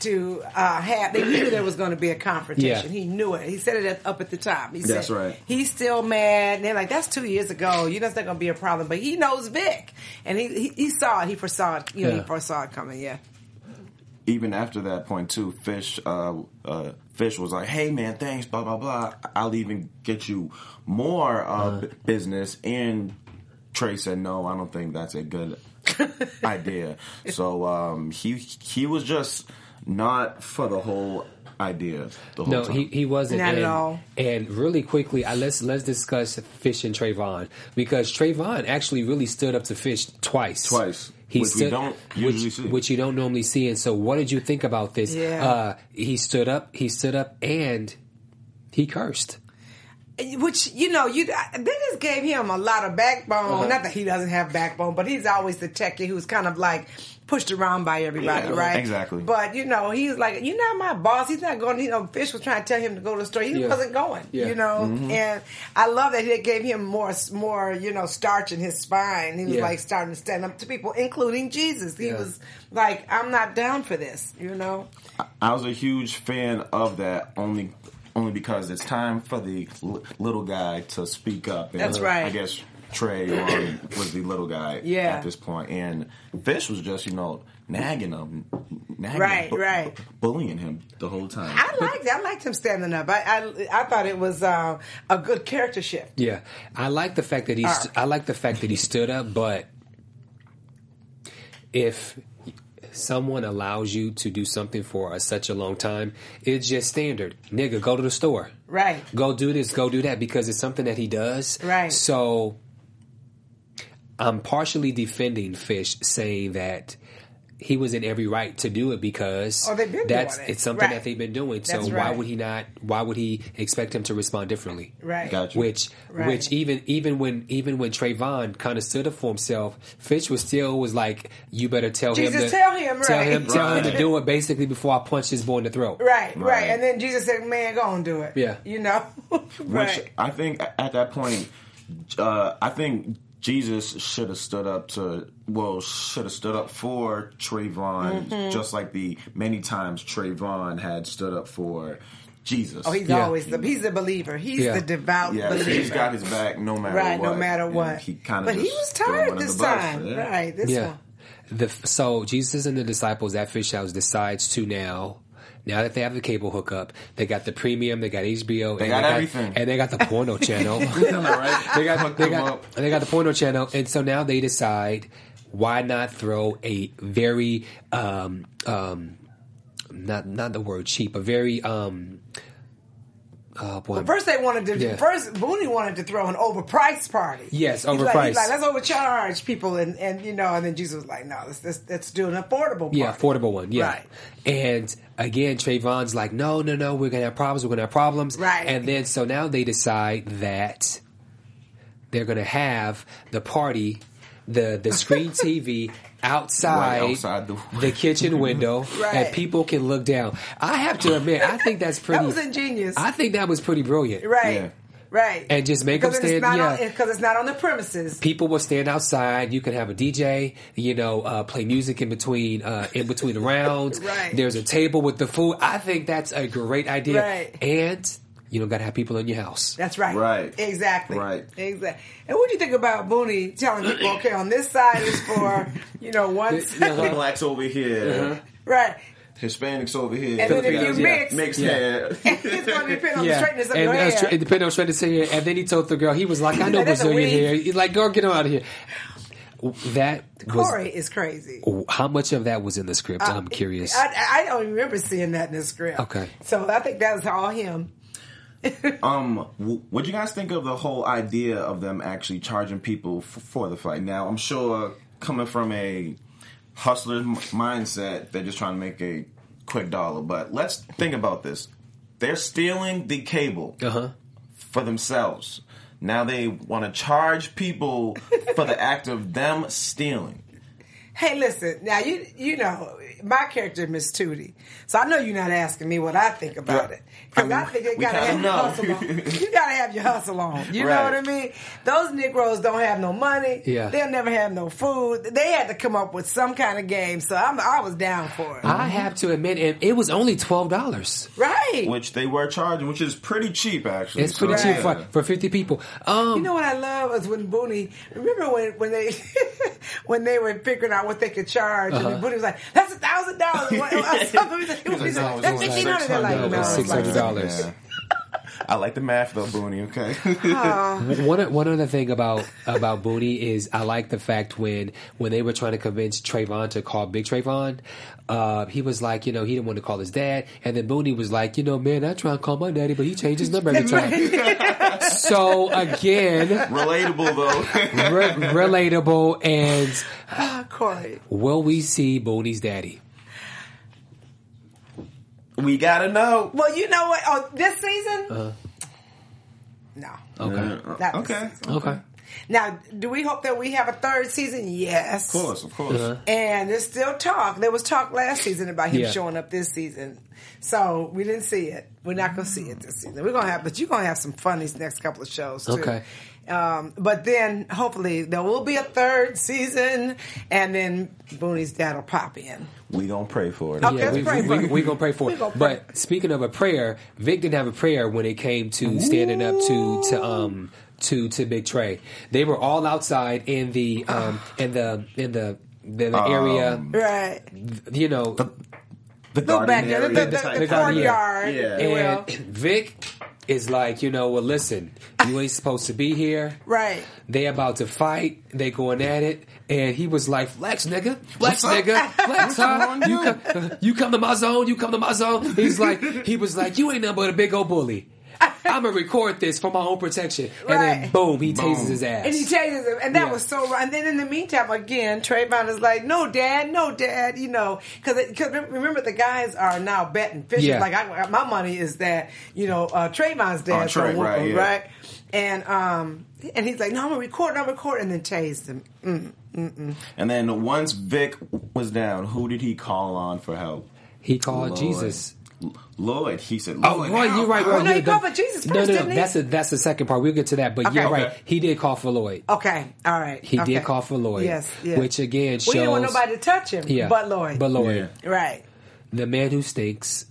[SPEAKER 2] to uh, have. They knew there was going to be a confrontation.
[SPEAKER 4] Yeah.
[SPEAKER 2] He knew it. He said it up- up at the top. He
[SPEAKER 3] That's
[SPEAKER 2] said,
[SPEAKER 3] right.
[SPEAKER 2] He's still mad. And they're like, "That's two years ago. You know, it's not going to be a problem." But he knows Vic, and he he, he saw it. He foresaw it. You know,
[SPEAKER 4] Yeah.
[SPEAKER 2] he foresaw it coming. Yeah.
[SPEAKER 3] even after that point too, Fish uh, uh, Fish was like, "Hey man, thanks, blah blah blah. I'll even get you more uh,
[SPEAKER 4] Uh-huh.
[SPEAKER 3] b- business." And Trey said, "No, I don't think that's a good idea." So um, he he was just not for the whole idea. The whole
[SPEAKER 4] No,
[SPEAKER 3] time.
[SPEAKER 4] he, he wasn't.
[SPEAKER 2] Not at
[SPEAKER 4] and,
[SPEAKER 2] all.
[SPEAKER 4] And really quickly, I, let's let's discuss Fish and Trayvon because Trayvon actually really stood up to Fish twice.
[SPEAKER 3] Twice, which we don't usually
[SPEAKER 4] which,
[SPEAKER 3] see.
[SPEAKER 4] which you don't normally see. And so, what did you think about this?
[SPEAKER 2] Yeah.
[SPEAKER 4] Uh, he stood up. He stood up, and he cursed.
[SPEAKER 2] Which you know, you they just gave him a lot of backbone.
[SPEAKER 4] Uh-huh.
[SPEAKER 2] Not that he doesn't have backbone, but he's always the techie who's kind of like pushed around by everybody,
[SPEAKER 3] Yeah,
[SPEAKER 2] right?
[SPEAKER 3] exactly.
[SPEAKER 2] But you know, he's like, you're not my boss. He's not going. You know, Fish was trying to tell him to go to the store. He
[SPEAKER 4] Yeah.
[SPEAKER 2] wasn't going.
[SPEAKER 4] Yeah. Mm-hmm.
[SPEAKER 2] You know, and I love that they gave him more, more you know, starch in his spine. He was
[SPEAKER 4] Yeah.
[SPEAKER 2] like starting to stand up to people, including Jesus. He
[SPEAKER 4] Yeah.
[SPEAKER 2] was like, I'm not down for this. You know,
[SPEAKER 3] I was a huge fan of that only only because it's time for the l- little guy to speak up. And
[SPEAKER 2] That's right.
[SPEAKER 3] I guess Trey um, was the little guy
[SPEAKER 2] Yeah.
[SPEAKER 3] at this point, and Fish was just you know nagging him, nagging
[SPEAKER 2] Right,
[SPEAKER 3] him, bu-
[SPEAKER 2] right.
[SPEAKER 3] bu- bullying him the whole time.
[SPEAKER 2] I liked. I liked him standing up. I I, I thought it was uh, a good character shift.
[SPEAKER 4] Yeah, I like the fact that he. St- I like the fact that he stood up, but if someone allows you to do something for a, such a long time, it's just standard. Nigga, go to the store.
[SPEAKER 2] Right.
[SPEAKER 4] Go do this. Go do that because it's something that he does.
[SPEAKER 2] Right.
[SPEAKER 4] So I'm partially defending Fish, saying that he was in every right to do it because
[SPEAKER 2] Oh, they've been
[SPEAKER 4] that's
[SPEAKER 2] doing it.
[SPEAKER 4] it's something
[SPEAKER 2] Right.
[SPEAKER 4] that they've been doing. So
[SPEAKER 2] That's
[SPEAKER 4] why
[SPEAKER 2] right.
[SPEAKER 4] would he not? Why would he expect him to respond differently?
[SPEAKER 2] Right.
[SPEAKER 3] Gotcha.
[SPEAKER 4] Which
[SPEAKER 2] Right.
[SPEAKER 4] which even even when even when Trayvon kind of stood up for himself, Fish was still was like, "You better tell
[SPEAKER 2] Jesus,
[SPEAKER 4] him, to,
[SPEAKER 2] tell him,
[SPEAKER 4] tell
[SPEAKER 2] right.
[SPEAKER 4] him, tell him to
[SPEAKER 3] Right.
[SPEAKER 4] do it." Basically, before I punch this boy in the throat,
[SPEAKER 2] Right, right,
[SPEAKER 3] Right.
[SPEAKER 2] And then Jesus said, "Man, go and do it."
[SPEAKER 4] Yeah.
[SPEAKER 2] you know,
[SPEAKER 3] Which
[SPEAKER 2] right.
[SPEAKER 3] I think at that point, uh, I think Jesus should have stood up to, well, should have stood up for Trayvon,
[SPEAKER 2] Mm-hmm.
[SPEAKER 3] just like the many times Trayvon had stood up for Jesus.
[SPEAKER 2] Oh, he's
[SPEAKER 4] Yeah.
[SPEAKER 2] always the he's the believer. He's
[SPEAKER 4] Yeah.
[SPEAKER 2] the devout
[SPEAKER 3] yeah,
[SPEAKER 2] believer.
[SPEAKER 3] he's got his back no matter
[SPEAKER 2] right,
[SPEAKER 3] what.
[SPEAKER 2] no matter
[SPEAKER 3] And
[SPEAKER 2] what.
[SPEAKER 3] He kind of
[SPEAKER 2] but he was tired this time. Right, this
[SPEAKER 4] yeah.
[SPEAKER 2] one.
[SPEAKER 4] The so Jesus and the disciples at Fish House decides to now. Now that they have the cable hookup, they got the premium, they got HBO, and
[SPEAKER 3] They got everything.
[SPEAKER 4] and they got the porno channel. they got
[SPEAKER 3] Hooked
[SPEAKER 4] they
[SPEAKER 3] them
[SPEAKER 4] got,
[SPEAKER 3] up.
[SPEAKER 4] they got the porno channel, and so now they decide why not throw a very um um not not the word cheap, a very um oh boy, I'm-
[SPEAKER 2] First, they wanted to.
[SPEAKER 4] Yeah.
[SPEAKER 2] First, Booney wanted to throw an overpriced party.
[SPEAKER 4] Yes,
[SPEAKER 2] He's like-
[SPEAKER 4] overpriced.
[SPEAKER 2] He's like, let's overcharge people, and, and you know, and then Jesus was like, no, let's let's, let's do an affordable. Party.
[SPEAKER 4] Yeah, affordable one. Yeah.
[SPEAKER 2] Right.
[SPEAKER 4] And again, Trayvon's like, no, no, no, we're gonna have problems. We're gonna have problems.
[SPEAKER 2] Right.
[SPEAKER 4] And then so now they decide that they're gonna have the party, the the screen TV outside,
[SPEAKER 3] Right outside the-
[SPEAKER 4] kitchen window,
[SPEAKER 2] Right.
[SPEAKER 4] and people can look down. I have to admit, I think that's pretty.
[SPEAKER 2] was ingenious.
[SPEAKER 4] I think that was pretty brilliant.
[SPEAKER 2] Right.
[SPEAKER 3] Yeah.
[SPEAKER 2] Right.
[SPEAKER 4] And just make
[SPEAKER 2] because
[SPEAKER 4] them
[SPEAKER 2] it's
[SPEAKER 4] stand-
[SPEAKER 2] not
[SPEAKER 4] yeah.
[SPEAKER 2] on because it's not on the premises.
[SPEAKER 4] people will stand outside. You can have a DJ, you know, uh, play music in between uh, in between the rounds.
[SPEAKER 2] Right.
[SPEAKER 4] There's a table with the food. I think that's a great idea.
[SPEAKER 2] Right.
[SPEAKER 4] And you don't got to have people in your house.
[SPEAKER 2] That's right.
[SPEAKER 3] Right.
[SPEAKER 2] Exactly.
[SPEAKER 3] Right.
[SPEAKER 2] Exactly. And what do you think about Booney telling people, okay, on this side is for, you know, one side.
[SPEAKER 4] Uh-huh.
[SPEAKER 3] Blacks over here,
[SPEAKER 2] Right.
[SPEAKER 3] Hispanics over here,
[SPEAKER 2] And then if you
[SPEAKER 4] Yeah.
[SPEAKER 2] mix,
[SPEAKER 3] mixed
[SPEAKER 4] Yeah.
[SPEAKER 3] hair.
[SPEAKER 2] it's going to depend on the straightness of
[SPEAKER 4] and
[SPEAKER 2] your
[SPEAKER 4] uh,
[SPEAKER 2] hair.
[SPEAKER 4] stra- it depended on straightness of your hair. And then he told the girl, he was like, "I know
[SPEAKER 2] That's a
[SPEAKER 4] Brazilian
[SPEAKER 2] wig.
[SPEAKER 4] hair." He's like, "Girl, get him out of here." That
[SPEAKER 2] Corey is crazy.
[SPEAKER 4] was how much of that was in the script. I'm curious.
[SPEAKER 2] I, I don't even remember seeing that in the script.
[SPEAKER 4] Okay.
[SPEAKER 2] So I think that was all him.
[SPEAKER 3] Um, wh- what do you guys think of the whole idea of them actually charging people f- for the fight? Now, I'm sure coming from a hustler's m- mindset, they're just trying to make a quick dollar. But let's think about this: they're stealing the cable
[SPEAKER 4] uh huh.
[SPEAKER 3] for themselves. Now they want to charge people for the act of them stealing.
[SPEAKER 2] Hey, listen. Now you you know my character, Miss Tootie. So I know you're not asking me what I think about
[SPEAKER 3] Yeah.
[SPEAKER 2] it because
[SPEAKER 3] I
[SPEAKER 2] I,
[SPEAKER 3] mean,
[SPEAKER 2] think it
[SPEAKER 3] we
[SPEAKER 2] gotta
[SPEAKER 3] kinda
[SPEAKER 2] have your
[SPEAKER 3] know.
[SPEAKER 2] hustle on. You gotta have your hustle on. You know
[SPEAKER 3] Right.
[SPEAKER 2] what I mean? Those Negroes don't have no money.
[SPEAKER 4] Yeah.
[SPEAKER 2] they'll never have no food. They had to come up with some kind of game. So I'm, I was down for it.
[SPEAKER 4] I have to admit, it, it was only twelve dollars.
[SPEAKER 2] right.
[SPEAKER 3] Which they were charging, which is pretty cheap actually.
[SPEAKER 4] It's pretty
[SPEAKER 3] So,
[SPEAKER 4] cheap for,
[SPEAKER 3] yeah.
[SPEAKER 4] for fifty people. Um,
[SPEAKER 2] You know what I love is when Booney. Remember when when they when they were figuring out what they could charge, and Booney was like, "That's a thousand dollars." He was like,
[SPEAKER 3] It's like, no, it's
[SPEAKER 2] "That's
[SPEAKER 3] only
[SPEAKER 2] fifteen hundred. They're like,
[SPEAKER 3] $600.
[SPEAKER 2] "No, it's
[SPEAKER 4] It's
[SPEAKER 2] like
[SPEAKER 4] $600.
[SPEAKER 3] Yeah. I like the math though, Booney. Okay.
[SPEAKER 2] Uh,
[SPEAKER 4] One one other thing about about Booney is I like the fact when when they were trying to convince Trayvon to call Big Trayvon, uh, he was like, you know, he didn't want to call his dad, and then Booney was like, you know, man, I try and call my daddy, but he changed his number every time. so again,
[SPEAKER 3] Relatable though.
[SPEAKER 4] re- relatable, and
[SPEAKER 2] "Ah, Corey,
[SPEAKER 4] will we see Booney's daddy?
[SPEAKER 3] we gotta know.
[SPEAKER 2] Well, you know what? Oh, this season? No.
[SPEAKER 4] Okay,
[SPEAKER 2] Not this
[SPEAKER 3] Okay.
[SPEAKER 2] season.
[SPEAKER 4] okay,
[SPEAKER 2] Now, do we hope that we have a third season? Yes.
[SPEAKER 3] Of course, of course.
[SPEAKER 2] And there's still talk. There was talk last season about him
[SPEAKER 4] Yeah.
[SPEAKER 2] showing up this season. So we didn't see it. We're not going to see it this season. We're going to have, but you're going to have some fun these next couple of shows too.
[SPEAKER 4] Okay.
[SPEAKER 2] Um, but then hopefully there will be a third season and then Booney's dad will pop in.
[SPEAKER 3] We gonna pray for it.
[SPEAKER 2] Okay.
[SPEAKER 4] yeah,
[SPEAKER 2] Let's
[SPEAKER 4] we,
[SPEAKER 2] pray
[SPEAKER 4] we,
[SPEAKER 2] for
[SPEAKER 4] we,
[SPEAKER 2] it.
[SPEAKER 4] we gonna pray for
[SPEAKER 2] We
[SPEAKER 4] it.
[SPEAKER 2] gonna pray.
[SPEAKER 4] But speaking of a prayer, Vic didn't have a prayer when it came to standing up to to um to to Big Trey. They were all outside in the um in the in the the, the area,
[SPEAKER 2] Right.
[SPEAKER 4] you know,
[SPEAKER 3] The
[SPEAKER 2] Look back
[SPEAKER 3] garden
[SPEAKER 2] there. The, the,
[SPEAKER 3] area
[SPEAKER 2] the,
[SPEAKER 3] type
[SPEAKER 4] garden area.
[SPEAKER 2] courtyard.
[SPEAKER 3] Yeah.
[SPEAKER 2] if you will.
[SPEAKER 4] and Vic is like, you know, well, listen, you ain't supposed to be here.
[SPEAKER 2] Right.
[SPEAKER 4] They about to fight. They going at it, and he was like, "Flex, nigga, flex, nigga, flex, huh? You come, you come to my zone. You come to my zone." He's like, he was like, "You ain't nothing but a big old bully." I'm gonna record this for my own protection. And then
[SPEAKER 2] Right.
[SPEAKER 4] boom, he
[SPEAKER 3] Boom.
[SPEAKER 4] tases his ass.
[SPEAKER 2] And he chases him, and that
[SPEAKER 4] Yeah.
[SPEAKER 2] was so wrong. And then in the meantime, again, Trayvon is like, "No, Dad, no, Dad," you know, because because remember the guys are now betting fishing.
[SPEAKER 4] Yeah.
[SPEAKER 2] Like I, my money is that you know uh, Trayvon's
[SPEAKER 3] Oh,
[SPEAKER 2] dad's
[SPEAKER 3] Trey,
[SPEAKER 2] gonna whoop
[SPEAKER 3] right,
[SPEAKER 2] him,
[SPEAKER 3] yeah.
[SPEAKER 2] right? And um, and he's like, "No, I'm gonna record, I'm gonna record," and then chased him. Mm.
[SPEAKER 3] And then once Vic was down, who did he call on for help?
[SPEAKER 4] He called
[SPEAKER 3] Lloyd.
[SPEAKER 4] Jesus.
[SPEAKER 3] L- Lloyd. He said,
[SPEAKER 4] Oh,
[SPEAKER 3] Lloyd,
[SPEAKER 4] Roy,
[SPEAKER 3] help,
[SPEAKER 4] you're right, Roy.
[SPEAKER 3] help."
[SPEAKER 2] no, he
[SPEAKER 4] you're the-
[SPEAKER 2] called for Jesus
[SPEAKER 4] No,
[SPEAKER 2] first,
[SPEAKER 4] no, no.
[SPEAKER 2] didn't he?
[SPEAKER 4] That's, the that's the second part. We'll get to that. But you're
[SPEAKER 2] Okay.
[SPEAKER 4] right.
[SPEAKER 3] Okay.
[SPEAKER 4] He did call for Lloyd.
[SPEAKER 2] Okay, all right.
[SPEAKER 4] He
[SPEAKER 2] okay.
[SPEAKER 4] did call for Lloyd.
[SPEAKER 2] Yes, yes.
[SPEAKER 4] Which again shows.
[SPEAKER 2] we didn't want nobody to touch him,
[SPEAKER 4] Yeah.
[SPEAKER 2] but Lloyd,
[SPEAKER 4] But Lloyd.
[SPEAKER 3] Yeah.
[SPEAKER 2] right?
[SPEAKER 4] The man who stinks,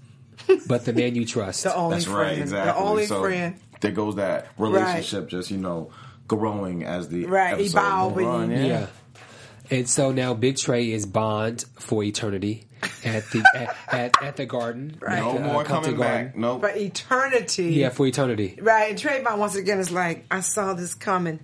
[SPEAKER 4] but the man you trust.
[SPEAKER 2] The only
[SPEAKER 3] That's
[SPEAKER 2] friend,
[SPEAKER 3] right, exactly.
[SPEAKER 2] the only
[SPEAKER 3] so
[SPEAKER 2] friend.
[SPEAKER 3] There goes that relationship, just you know, growing as the
[SPEAKER 2] Right,
[SPEAKER 3] episode
[SPEAKER 2] evolving.
[SPEAKER 3] went on,
[SPEAKER 4] yeah. And so now Big Trey is bond for eternity at the at, at, at the garden.
[SPEAKER 2] Right.
[SPEAKER 4] at
[SPEAKER 3] No
[SPEAKER 4] the, uh,
[SPEAKER 3] more
[SPEAKER 4] Compton
[SPEAKER 3] coming back.
[SPEAKER 4] Garden.
[SPEAKER 3] Nope.
[SPEAKER 2] For eternity,
[SPEAKER 4] Yeah, for eternity.
[SPEAKER 2] Right, and Trayvon once again is like, I saw this coming.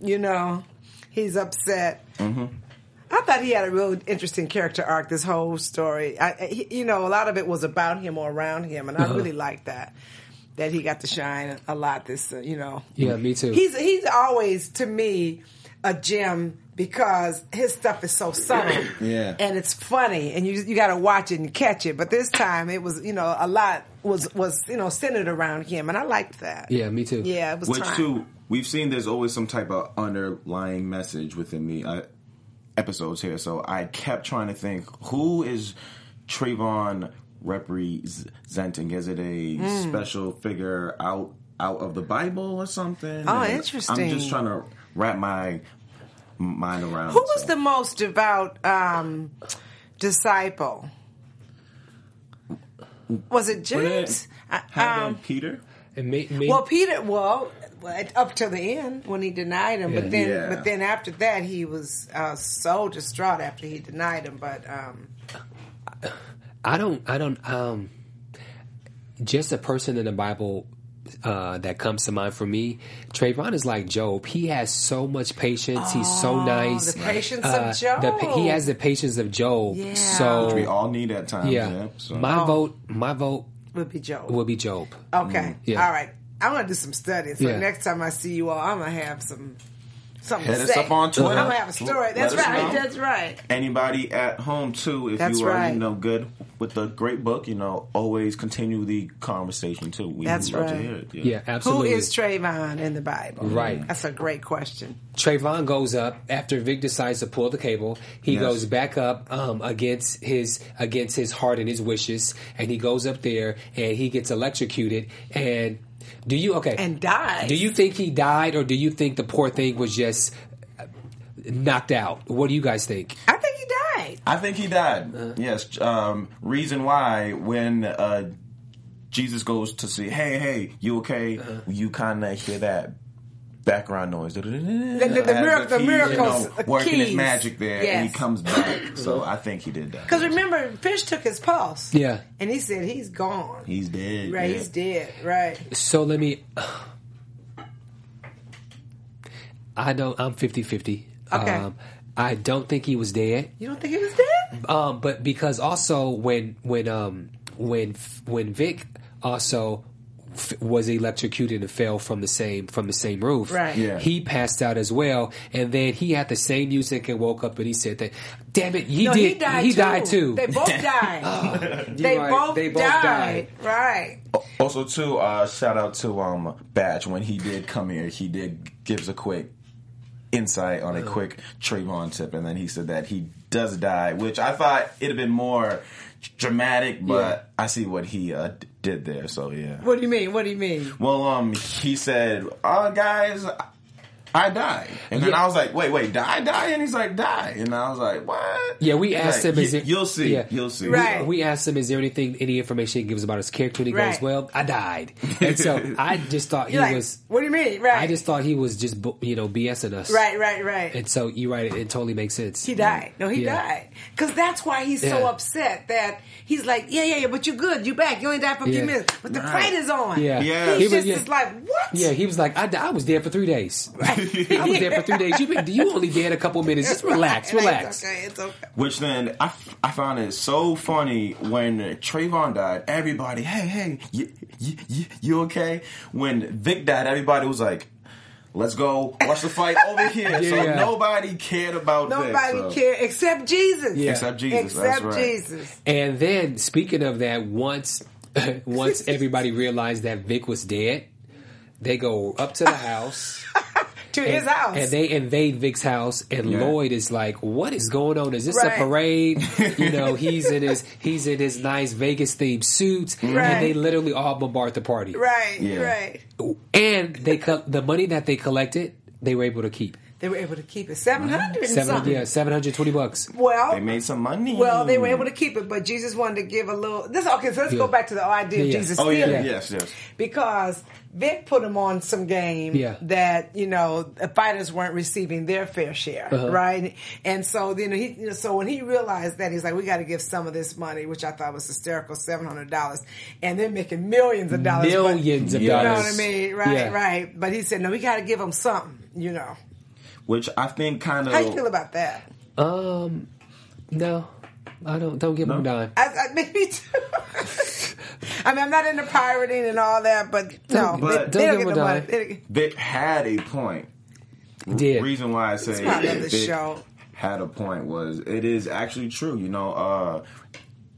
[SPEAKER 2] You know, he's upset. I thought he had a real interesting character arc. This whole story, I, I- he- you know, a lot of it was about him or around him, and I really liked that. That he got to shine a lot. This, uh, you know,
[SPEAKER 4] Yeah, me too.
[SPEAKER 2] he's he's always to me a gem because his stuff is so subtle,
[SPEAKER 3] Yeah.
[SPEAKER 2] and it's funny, and you you got to watch it and catch it. But this time, it was you know a lot was was you know centered around him, and I liked that.
[SPEAKER 4] yeah, me too.
[SPEAKER 2] yeah, it was
[SPEAKER 3] Which
[SPEAKER 2] time.
[SPEAKER 3] too, we've seen there's always some type of underlying message within the uh, episodes here. So I kept trying to think who is Trayvon representing? Is it a
[SPEAKER 2] Hmm.
[SPEAKER 3] special figure out out of the Bible or something?
[SPEAKER 2] Oh,
[SPEAKER 3] And
[SPEAKER 2] interesting.
[SPEAKER 3] I'm just trying to wrap my mind around.
[SPEAKER 2] Who was
[SPEAKER 3] so.
[SPEAKER 2] the most devout um, disciple? Was it James? I-
[SPEAKER 3] How
[SPEAKER 2] um,
[SPEAKER 3] about Peter?
[SPEAKER 4] And me, me,
[SPEAKER 2] Well, Peter. Well, up to the end when he denied him,
[SPEAKER 4] Yeah.
[SPEAKER 2] but then,
[SPEAKER 3] Yeah.
[SPEAKER 2] but then after that, he was uh, so distraught after he denied him. But um,
[SPEAKER 4] I don't. I don't. Um, just a person in the Bible uh, that comes to mind for me. Trayvon is like Job. He has so much patience. He's so nice.
[SPEAKER 2] Oh, the patience
[SPEAKER 4] Uh,
[SPEAKER 2] of Job.
[SPEAKER 4] the pa- he has the patience of Job.
[SPEAKER 2] Yeah. Oh.
[SPEAKER 4] So
[SPEAKER 3] We all need at times.
[SPEAKER 4] yeah,
[SPEAKER 3] Yeah. So.
[SPEAKER 4] my vote. My vote
[SPEAKER 2] would be Job.
[SPEAKER 4] will be Job.
[SPEAKER 2] okay,
[SPEAKER 4] mm, yeah.
[SPEAKER 2] all right. I'm gonna do some studying. So
[SPEAKER 4] Yeah.
[SPEAKER 2] next time I see you all, I'm gonna have some. Something
[SPEAKER 3] Hit
[SPEAKER 2] to
[SPEAKER 3] us
[SPEAKER 2] say.
[SPEAKER 3] up on Twitter.
[SPEAKER 2] I'm gonna have a story.
[SPEAKER 3] Let
[SPEAKER 2] That's
[SPEAKER 3] us
[SPEAKER 2] right.
[SPEAKER 3] know.
[SPEAKER 2] That's right.
[SPEAKER 3] anybody at home too if
[SPEAKER 2] That's
[SPEAKER 3] you are
[SPEAKER 2] right.
[SPEAKER 3] you know good with the great book you know always continue the conversation too we
[SPEAKER 2] That's
[SPEAKER 3] love to
[SPEAKER 2] right.
[SPEAKER 3] hear it
[SPEAKER 4] Yeah,
[SPEAKER 2] Who
[SPEAKER 4] absolutely.
[SPEAKER 2] is Trayvon in the Bible?
[SPEAKER 4] Right.
[SPEAKER 2] That's a great question.
[SPEAKER 4] Trayvon goes up after Vic decides to pull the cable. He
[SPEAKER 3] Yes.
[SPEAKER 4] goes back up um, against his against his heart and his wishes, and he goes up there and he gets electrocuted. And do you okay?
[SPEAKER 2] And dies.
[SPEAKER 4] Do you think he died, or do you think the poor thing was just uh, knocked out? What do you guys think?
[SPEAKER 2] I think he died.
[SPEAKER 3] i think he died yes um reason why when uh jesus goes to see hey hey you okay you kind of hear that background noise the,
[SPEAKER 2] the miracle- the miracles, uh,
[SPEAKER 3] working his
[SPEAKER 2] keys.
[SPEAKER 3] magic there and
[SPEAKER 2] Yes.
[SPEAKER 3] he comes back so i think he did that
[SPEAKER 2] Because remember, Fish took his pulse.
[SPEAKER 4] Yeah.
[SPEAKER 2] And he said, he's gone.
[SPEAKER 3] he's dead
[SPEAKER 2] right,
[SPEAKER 3] yeah.
[SPEAKER 2] he's dead. Right.
[SPEAKER 4] So let me. I don't. I'm 50 50.
[SPEAKER 2] Okay.
[SPEAKER 4] Um, I don't think he was dead.
[SPEAKER 2] You don't think he was dead?
[SPEAKER 4] Um, but because also when when um when when Vic also f- was electrocuted and fell from the same from the same roof,
[SPEAKER 2] Right.
[SPEAKER 3] Yeah.
[SPEAKER 4] He passed out as well, and then he had the same music and woke up and he said that, "Damn it, he
[SPEAKER 2] no,
[SPEAKER 4] did.
[SPEAKER 2] he died too.
[SPEAKER 4] too." Oh,
[SPEAKER 2] They both died. they,
[SPEAKER 4] right,
[SPEAKER 2] both
[SPEAKER 4] they both
[SPEAKER 2] died. Right.
[SPEAKER 3] Also, too, uh, shout out to um, Batch when he did come here. He did gives a quick insight on a quick Trayvon tip, and then he said that he does die, which I thought it'd have been more dramatic, but I see what he uh, d- did there. So yeah.
[SPEAKER 2] What do you mean? What do you mean?
[SPEAKER 3] Well, um, he said, "Uh, guys." I died, and then
[SPEAKER 4] Yeah.
[SPEAKER 3] I was like, "Wait, wait, die, die," and he's like, "Die," and I was like, "What?"
[SPEAKER 4] Yeah, we
[SPEAKER 3] He's
[SPEAKER 4] asked
[SPEAKER 3] like,
[SPEAKER 4] him, is
[SPEAKER 3] "Y-
[SPEAKER 4] it-
[SPEAKER 3] "You'll see,
[SPEAKER 4] yeah.
[SPEAKER 3] you'll see."
[SPEAKER 2] Right.
[SPEAKER 4] We asked him, "Is there anything, any information he gives about his character?" And he goes,
[SPEAKER 2] Right.
[SPEAKER 4] "Well, I died." And so I just thought he
[SPEAKER 2] You're like,
[SPEAKER 4] was.
[SPEAKER 2] what do you mean? Right.
[SPEAKER 4] I just thought he was just bu- you know BSing us.
[SPEAKER 2] right, right, right.
[SPEAKER 4] And so you're right. It, it totally makes sense.
[SPEAKER 2] He died. No, he
[SPEAKER 4] Yeah.
[SPEAKER 2] died. Because that's why he's so
[SPEAKER 4] Yeah.
[SPEAKER 2] upset that he's like, yeah, yeah, yeah, but you're good. You're back. You only died for a
[SPEAKER 4] Yeah.
[SPEAKER 2] few minutes. But the
[SPEAKER 3] Right.
[SPEAKER 2] fight is on.
[SPEAKER 4] Yeah.
[SPEAKER 3] Yeah.
[SPEAKER 2] He's
[SPEAKER 3] He
[SPEAKER 2] just
[SPEAKER 4] was- yeah.
[SPEAKER 2] is like, what?
[SPEAKER 4] Yeah, he was like, I, I was there for three days. I was there for three days. You been you only dead a couple minutes. Just relax, relax.
[SPEAKER 2] It's okay. It's okay.
[SPEAKER 3] Which then I, f- I found it so funny when Trayvon died. Everybody, hey, hey, you, you, you, you okay? When Vic died, everybody was like, let's go watch the fight over here. So
[SPEAKER 4] Yeah.
[SPEAKER 3] nobody cared about
[SPEAKER 2] Nobody
[SPEAKER 3] Vic, so-
[SPEAKER 2] cared except Jesus.
[SPEAKER 4] Yeah.
[SPEAKER 3] Except Jesus. that's
[SPEAKER 2] Except
[SPEAKER 3] right.
[SPEAKER 2] Jesus.
[SPEAKER 4] And then speaking of that, once once everybody realized that Vic was dead, they go up to the house.
[SPEAKER 2] To
[SPEAKER 4] and,
[SPEAKER 2] his house.
[SPEAKER 4] and they invade Vic's house, and
[SPEAKER 3] Yeah.
[SPEAKER 4] Lloyd is like, "What is going on? Is this
[SPEAKER 2] Right.
[SPEAKER 4] a parade?" You know, he's in his he's in his nice Vegas themed suits,
[SPEAKER 2] Right.
[SPEAKER 4] and they literally all bombard the party.
[SPEAKER 2] right,
[SPEAKER 3] Yeah.
[SPEAKER 2] right.
[SPEAKER 4] And they co- the money that they collected, they were able to keep
[SPEAKER 2] They were able to keep it. 700 and
[SPEAKER 4] seven
[SPEAKER 2] something.
[SPEAKER 4] yeah seven hundred twenty bucks.
[SPEAKER 2] Well,
[SPEAKER 3] They made some money.
[SPEAKER 2] Well, they were able to keep it, but Jesus wanted to give a little. This okay. So let's go
[SPEAKER 4] Yeah.
[SPEAKER 2] back to the idea of
[SPEAKER 4] Yeah.
[SPEAKER 2] Jesus
[SPEAKER 3] Oh yeah,
[SPEAKER 2] stealing
[SPEAKER 3] yes, yes.
[SPEAKER 2] because Vic put him on some game
[SPEAKER 4] Yeah.
[SPEAKER 2] that you know the fighters weren't receiving their fair share,
[SPEAKER 4] Uh-huh.
[SPEAKER 2] right? And so you know he you know, so when he realized that he's like, we got to give some of this money, which I thought was hysterical, seven hundred dollars, and they're making millions of dollars, but-
[SPEAKER 4] Millions of
[SPEAKER 2] you know what I
[SPEAKER 4] dollars.
[SPEAKER 2] mean, right?
[SPEAKER 4] Yeah.
[SPEAKER 2] Right. But he said, no, we got to give them something, you know.
[SPEAKER 3] Which I think kind of
[SPEAKER 2] How you feel about that?
[SPEAKER 4] Um, no, I don't don't give them a dime.
[SPEAKER 2] I, I, maybe too. I mean, I'm not into pirating and all that, but no,
[SPEAKER 3] But-
[SPEAKER 2] they, they
[SPEAKER 4] Don't give
[SPEAKER 2] don't get
[SPEAKER 4] them
[SPEAKER 2] the
[SPEAKER 4] a
[SPEAKER 2] money.
[SPEAKER 4] dime.
[SPEAKER 2] They don't-
[SPEAKER 3] Vic had a point.
[SPEAKER 4] Did
[SPEAKER 3] reason why I say
[SPEAKER 2] part of the
[SPEAKER 3] Vic
[SPEAKER 2] show.
[SPEAKER 3] had a point was it is actually true. You know, uh,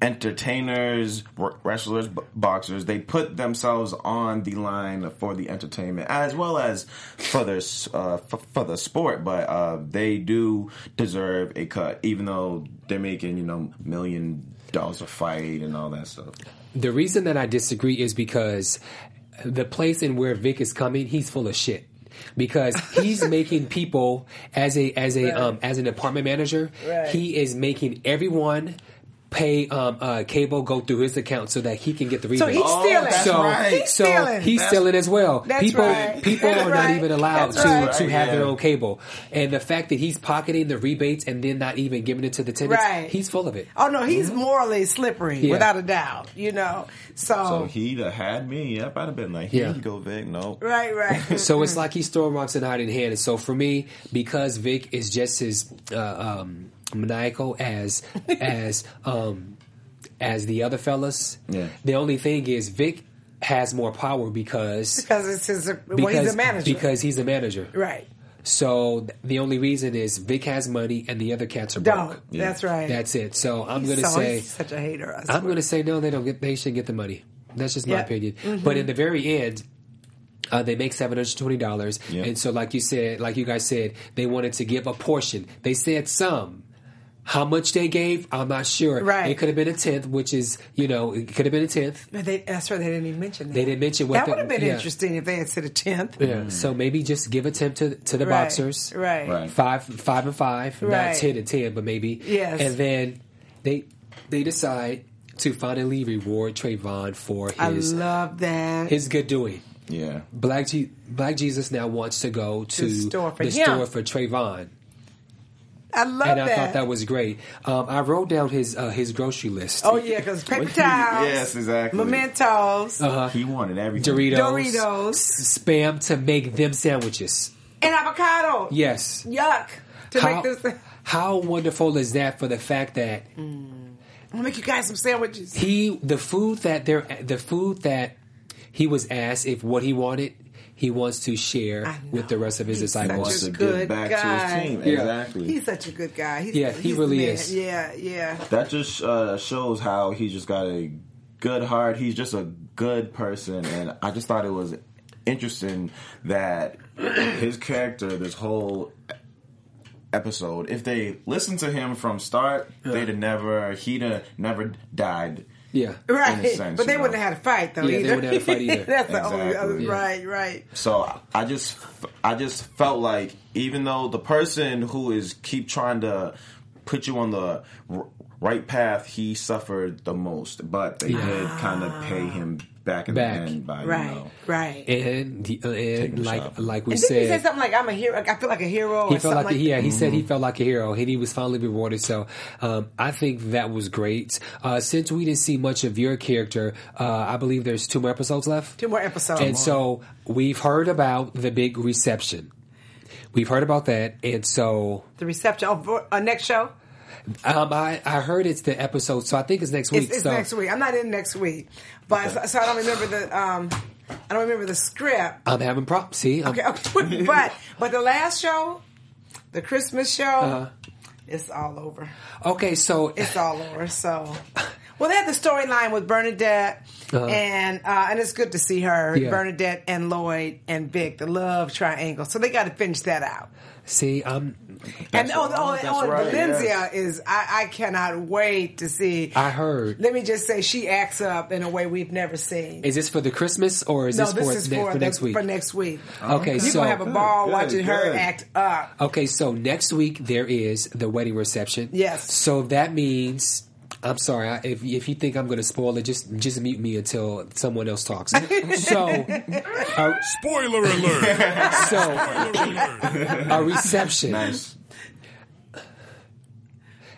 [SPEAKER 3] entertainers, wr- wrestlers, b- boxers, they put themselves on the line for the entertainment as well as for the s- uh, f- for the sport. But uh, they do deserve a cut, even though they're making you know million dollars a fight and all that stuff.
[SPEAKER 4] the reason that I disagree is because the place in where Vic is coming, he's full of shit. Because he's making people as a as a um, as an apartment manager,
[SPEAKER 2] Right.
[SPEAKER 4] he is making everyone pay um, uh, cable go through his account so that he can get the
[SPEAKER 2] So
[SPEAKER 4] rebate.
[SPEAKER 2] he's stealing.
[SPEAKER 3] Oh, that's
[SPEAKER 4] so
[SPEAKER 3] right.
[SPEAKER 2] He's
[SPEAKER 4] so
[SPEAKER 2] stealing.
[SPEAKER 4] he's
[SPEAKER 3] That's-
[SPEAKER 4] stealing as well.
[SPEAKER 2] That's
[SPEAKER 4] people
[SPEAKER 2] right.
[SPEAKER 4] people
[SPEAKER 2] That's
[SPEAKER 4] are
[SPEAKER 2] right.
[SPEAKER 4] not even allowed
[SPEAKER 2] That's
[SPEAKER 4] to
[SPEAKER 2] right.
[SPEAKER 4] to have
[SPEAKER 3] Yeah.
[SPEAKER 4] their own cable, and the fact that he's pocketing the rebates and then not even giving it to the tenants,
[SPEAKER 2] Right.
[SPEAKER 4] he's full of it.
[SPEAKER 2] Oh no, he's morally slippery,
[SPEAKER 4] Hmm? Yeah.
[SPEAKER 2] without a doubt. You know, so,
[SPEAKER 3] So he'd have had me. Yep, I'd have been like, here
[SPEAKER 4] Yeah.
[SPEAKER 3] you go, Vic. No,
[SPEAKER 2] right, right.
[SPEAKER 4] So it's like he's throwing rocks and hiding hand. And so for me, because Vic is just as uh, um, maniacal as as um, as the other fellas,
[SPEAKER 3] Yeah.
[SPEAKER 4] the only thing is Vic has more power because
[SPEAKER 2] because it's his.
[SPEAKER 4] because
[SPEAKER 2] well, he's a manager,
[SPEAKER 4] because he's a manager.
[SPEAKER 2] right?
[SPEAKER 4] So th- the only reason is Vic has money and the other cats are
[SPEAKER 2] Don't.
[SPEAKER 4] broke.
[SPEAKER 2] That's right.
[SPEAKER 4] That's it. So I'm
[SPEAKER 2] He's
[SPEAKER 4] gonna
[SPEAKER 2] so-
[SPEAKER 4] say
[SPEAKER 2] he's such a hater. I
[SPEAKER 4] I'm
[SPEAKER 2] swear.
[SPEAKER 4] going to say no. They don't get. They should get the money. That's just my
[SPEAKER 2] Yeah. Mm-hmm.
[SPEAKER 4] opinion. But in the very end, uh, they make seven hundred twenty dollars,
[SPEAKER 3] Yeah.
[SPEAKER 4] and so like you said, like you guys said, they wanted to give a portion. They said some. How much they gave, I'm not sure.
[SPEAKER 2] Right.
[SPEAKER 4] It could have been a tenth, which is you know it could have been a tenth.
[SPEAKER 2] But they, that's right. They didn't even mention that.
[SPEAKER 4] They didn't mention what
[SPEAKER 2] that
[SPEAKER 4] the-
[SPEAKER 2] would have been
[SPEAKER 4] yeah.
[SPEAKER 2] interesting if they had said a tenth.
[SPEAKER 4] Yeah. So maybe just give a tenth to to the
[SPEAKER 2] Right,
[SPEAKER 4] boxers.
[SPEAKER 2] right?
[SPEAKER 3] Right.
[SPEAKER 4] Five, five and five,
[SPEAKER 2] Right.
[SPEAKER 4] not ten and ten, but maybe.
[SPEAKER 2] Yes.
[SPEAKER 4] And then they they decide to finally reward Trayvon for
[SPEAKER 2] I
[SPEAKER 4] his
[SPEAKER 2] love that.
[SPEAKER 4] his good doing.
[SPEAKER 3] yeah.
[SPEAKER 4] Black, Je- Black Jesus now wants to go to
[SPEAKER 2] The store for
[SPEAKER 4] the
[SPEAKER 2] him.
[SPEAKER 4] store for Trayvon,
[SPEAKER 2] I love
[SPEAKER 4] and
[SPEAKER 2] that.
[SPEAKER 4] I thought that was great. Um, I wrote down his uh, his grocery list:
[SPEAKER 2] Oh yeah, because paper
[SPEAKER 3] Yes,
[SPEAKER 2] towels.
[SPEAKER 3] exactly.
[SPEAKER 2] Mementos.
[SPEAKER 4] Oh.
[SPEAKER 3] He wanted everything.
[SPEAKER 4] Doritos,
[SPEAKER 2] Doritos.
[SPEAKER 4] s- spam to make them sandwiches.
[SPEAKER 2] and avocado.
[SPEAKER 4] Yes,
[SPEAKER 2] Yuck. To
[SPEAKER 4] how,
[SPEAKER 2] make this
[SPEAKER 4] how wonderful is that for the fact that
[SPEAKER 2] I'll make you guys some sandwiches.
[SPEAKER 4] he the food that they're the food that he was asked if what he wanted he wants to
[SPEAKER 2] I
[SPEAKER 4] share with the
[SPEAKER 2] know.
[SPEAKER 4] rest of his
[SPEAKER 2] He's
[SPEAKER 3] wants
[SPEAKER 4] disciples.
[SPEAKER 2] such
[SPEAKER 3] to
[SPEAKER 2] a
[SPEAKER 3] give
[SPEAKER 2] good
[SPEAKER 3] back to
[SPEAKER 2] guy.
[SPEAKER 3] his team.
[SPEAKER 4] Yeah.
[SPEAKER 3] Exactly.
[SPEAKER 2] He's such a good guy. He's,
[SPEAKER 4] Yeah, he
[SPEAKER 2] he's
[SPEAKER 4] really
[SPEAKER 2] the man.
[SPEAKER 4] is.
[SPEAKER 2] Yeah, yeah.
[SPEAKER 3] that just uh, shows how he's just got a good heart. He's just a good person, and I just thought it was interesting that his character, this whole episode, if they listened to him from start, they'd have never he'd have never died.
[SPEAKER 4] Yeah,
[SPEAKER 2] Right.
[SPEAKER 3] sense,
[SPEAKER 2] but they
[SPEAKER 3] you know.
[SPEAKER 2] wouldn't have had a fight though
[SPEAKER 4] Yeah, they
[SPEAKER 2] either.
[SPEAKER 4] wouldn't have had a fight either.
[SPEAKER 2] That's the only other
[SPEAKER 3] Exactly.
[SPEAKER 4] Yeah.
[SPEAKER 2] right, right.
[SPEAKER 3] So I just I just felt like even though the person who is keep trying to put you on the r- right path, he suffered the most, but they
[SPEAKER 4] Yeah. Ah.
[SPEAKER 3] did kind of pay him back in
[SPEAKER 4] Back.
[SPEAKER 3] the end by
[SPEAKER 2] Right.
[SPEAKER 3] you know.
[SPEAKER 2] Right.
[SPEAKER 4] and the- uh,
[SPEAKER 3] the
[SPEAKER 4] and like
[SPEAKER 3] shot.
[SPEAKER 4] like we
[SPEAKER 2] and
[SPEAKER 4] said,
[SPEAKER 2] didn't he say something like I'm a hero I feel like a hero
[SPEAKER 4] he
[SPEAKER 2] or
[SPEAKER 4] felt
[SPEAKER 2] something
[SPEAKER 4] like,
[SPEAKER 2] like,
[SPEAKER 4] he- yeah he said he felt like a hero and he was finally rewarded so um, i think that was great uh, since we didn't see much of your character uh, i believe there's two more episodes left
[SPEAKER 2] two more episodes.
[SPEAKER 4] and so we've heard about the big reception We've heard about that, and so
[SPEAKER 2] The reception. Oh, for, uh, next show.
[SPEAKER 4] um, I I heard it's the episode. So I think it's next week.
[SPEAKER 2] It's, it's
[SPEAKER 4] so
[SPEAKER 2] next week. I'm not in next week, but so, so I don't remember the. Um, I don't remember the script.
[SPEAKER 4] I'm having problems. See, um, I'm-
[SPEAKER 2] Okay, okay. but but the last show, the Christmas show,
[SPEAKER 4] Uh-huh.
[SPEAKER 2] it's all over.
[SPEAKER 4] okay, so
[SPEAKER 2] It's all over. So, well, they had the storyline with Bernadette,
[SPEAKER 4] Uh-huh.
[SPEAKER 2] and uh, and it's good to see her,
[SPEAKER 4] Yeah.
[SPEAKER 2] Bernadette and Lloyd and Vic, the love triangle. So they got to finish that out.
[SPEAKER 4] see, um, I'm
[SPEAKER 2] And oh, the- oh,
[SPEAKER 3] right,
[SPEAKER 2] oh,
[SPEAKER 3] that's right,
[SPEAKER 2] Valencia
[SPEAKER 3] yes.
[SPEAKER 2] is I, I cannot wait to see.
[SPEAKER 4] I heard.
[SPEAKER 2] Let me just say, she acts up in a way we've never seen.
[SPEAKER 4] Is this for the Christmas or is
[SPEAKER 2] no,
[SPEAKER 4] this,
[SPEAKER 2] this
[SPEAKER 4] for,
[SPEAKER 2] is
[SPEAKER 4] ne-
[SPEAKER 2] for,
[SPEAKER 4] for next
[SPEAKER 2] the,
[SPEAKER 4] week?
[SPEAKER 2] For next week,
[SPEAKER 4] okay,
[SPEAKER 2] you're
[SPEAKER 4] so
[SPEAKER 2] gonna have a ball
[SPEAKER 3] good,
[SPEAKER 2] watching her
[SPEAKER 3] good.
[SPEAKER 2] act up.
[SPEAKER 4] Okay, so next week there is the wedding reception.
[SPEAKER 2] Yes.
[SPEAKER 4] So that means I'm sorry I- if if you think I'm going to spoil it, just just mute me until someone else talks. so, a,
[SPEAKER 1] Spoiler alert!
[SPEAKER 4] so a reception.
[SPEAKER 3] Nice.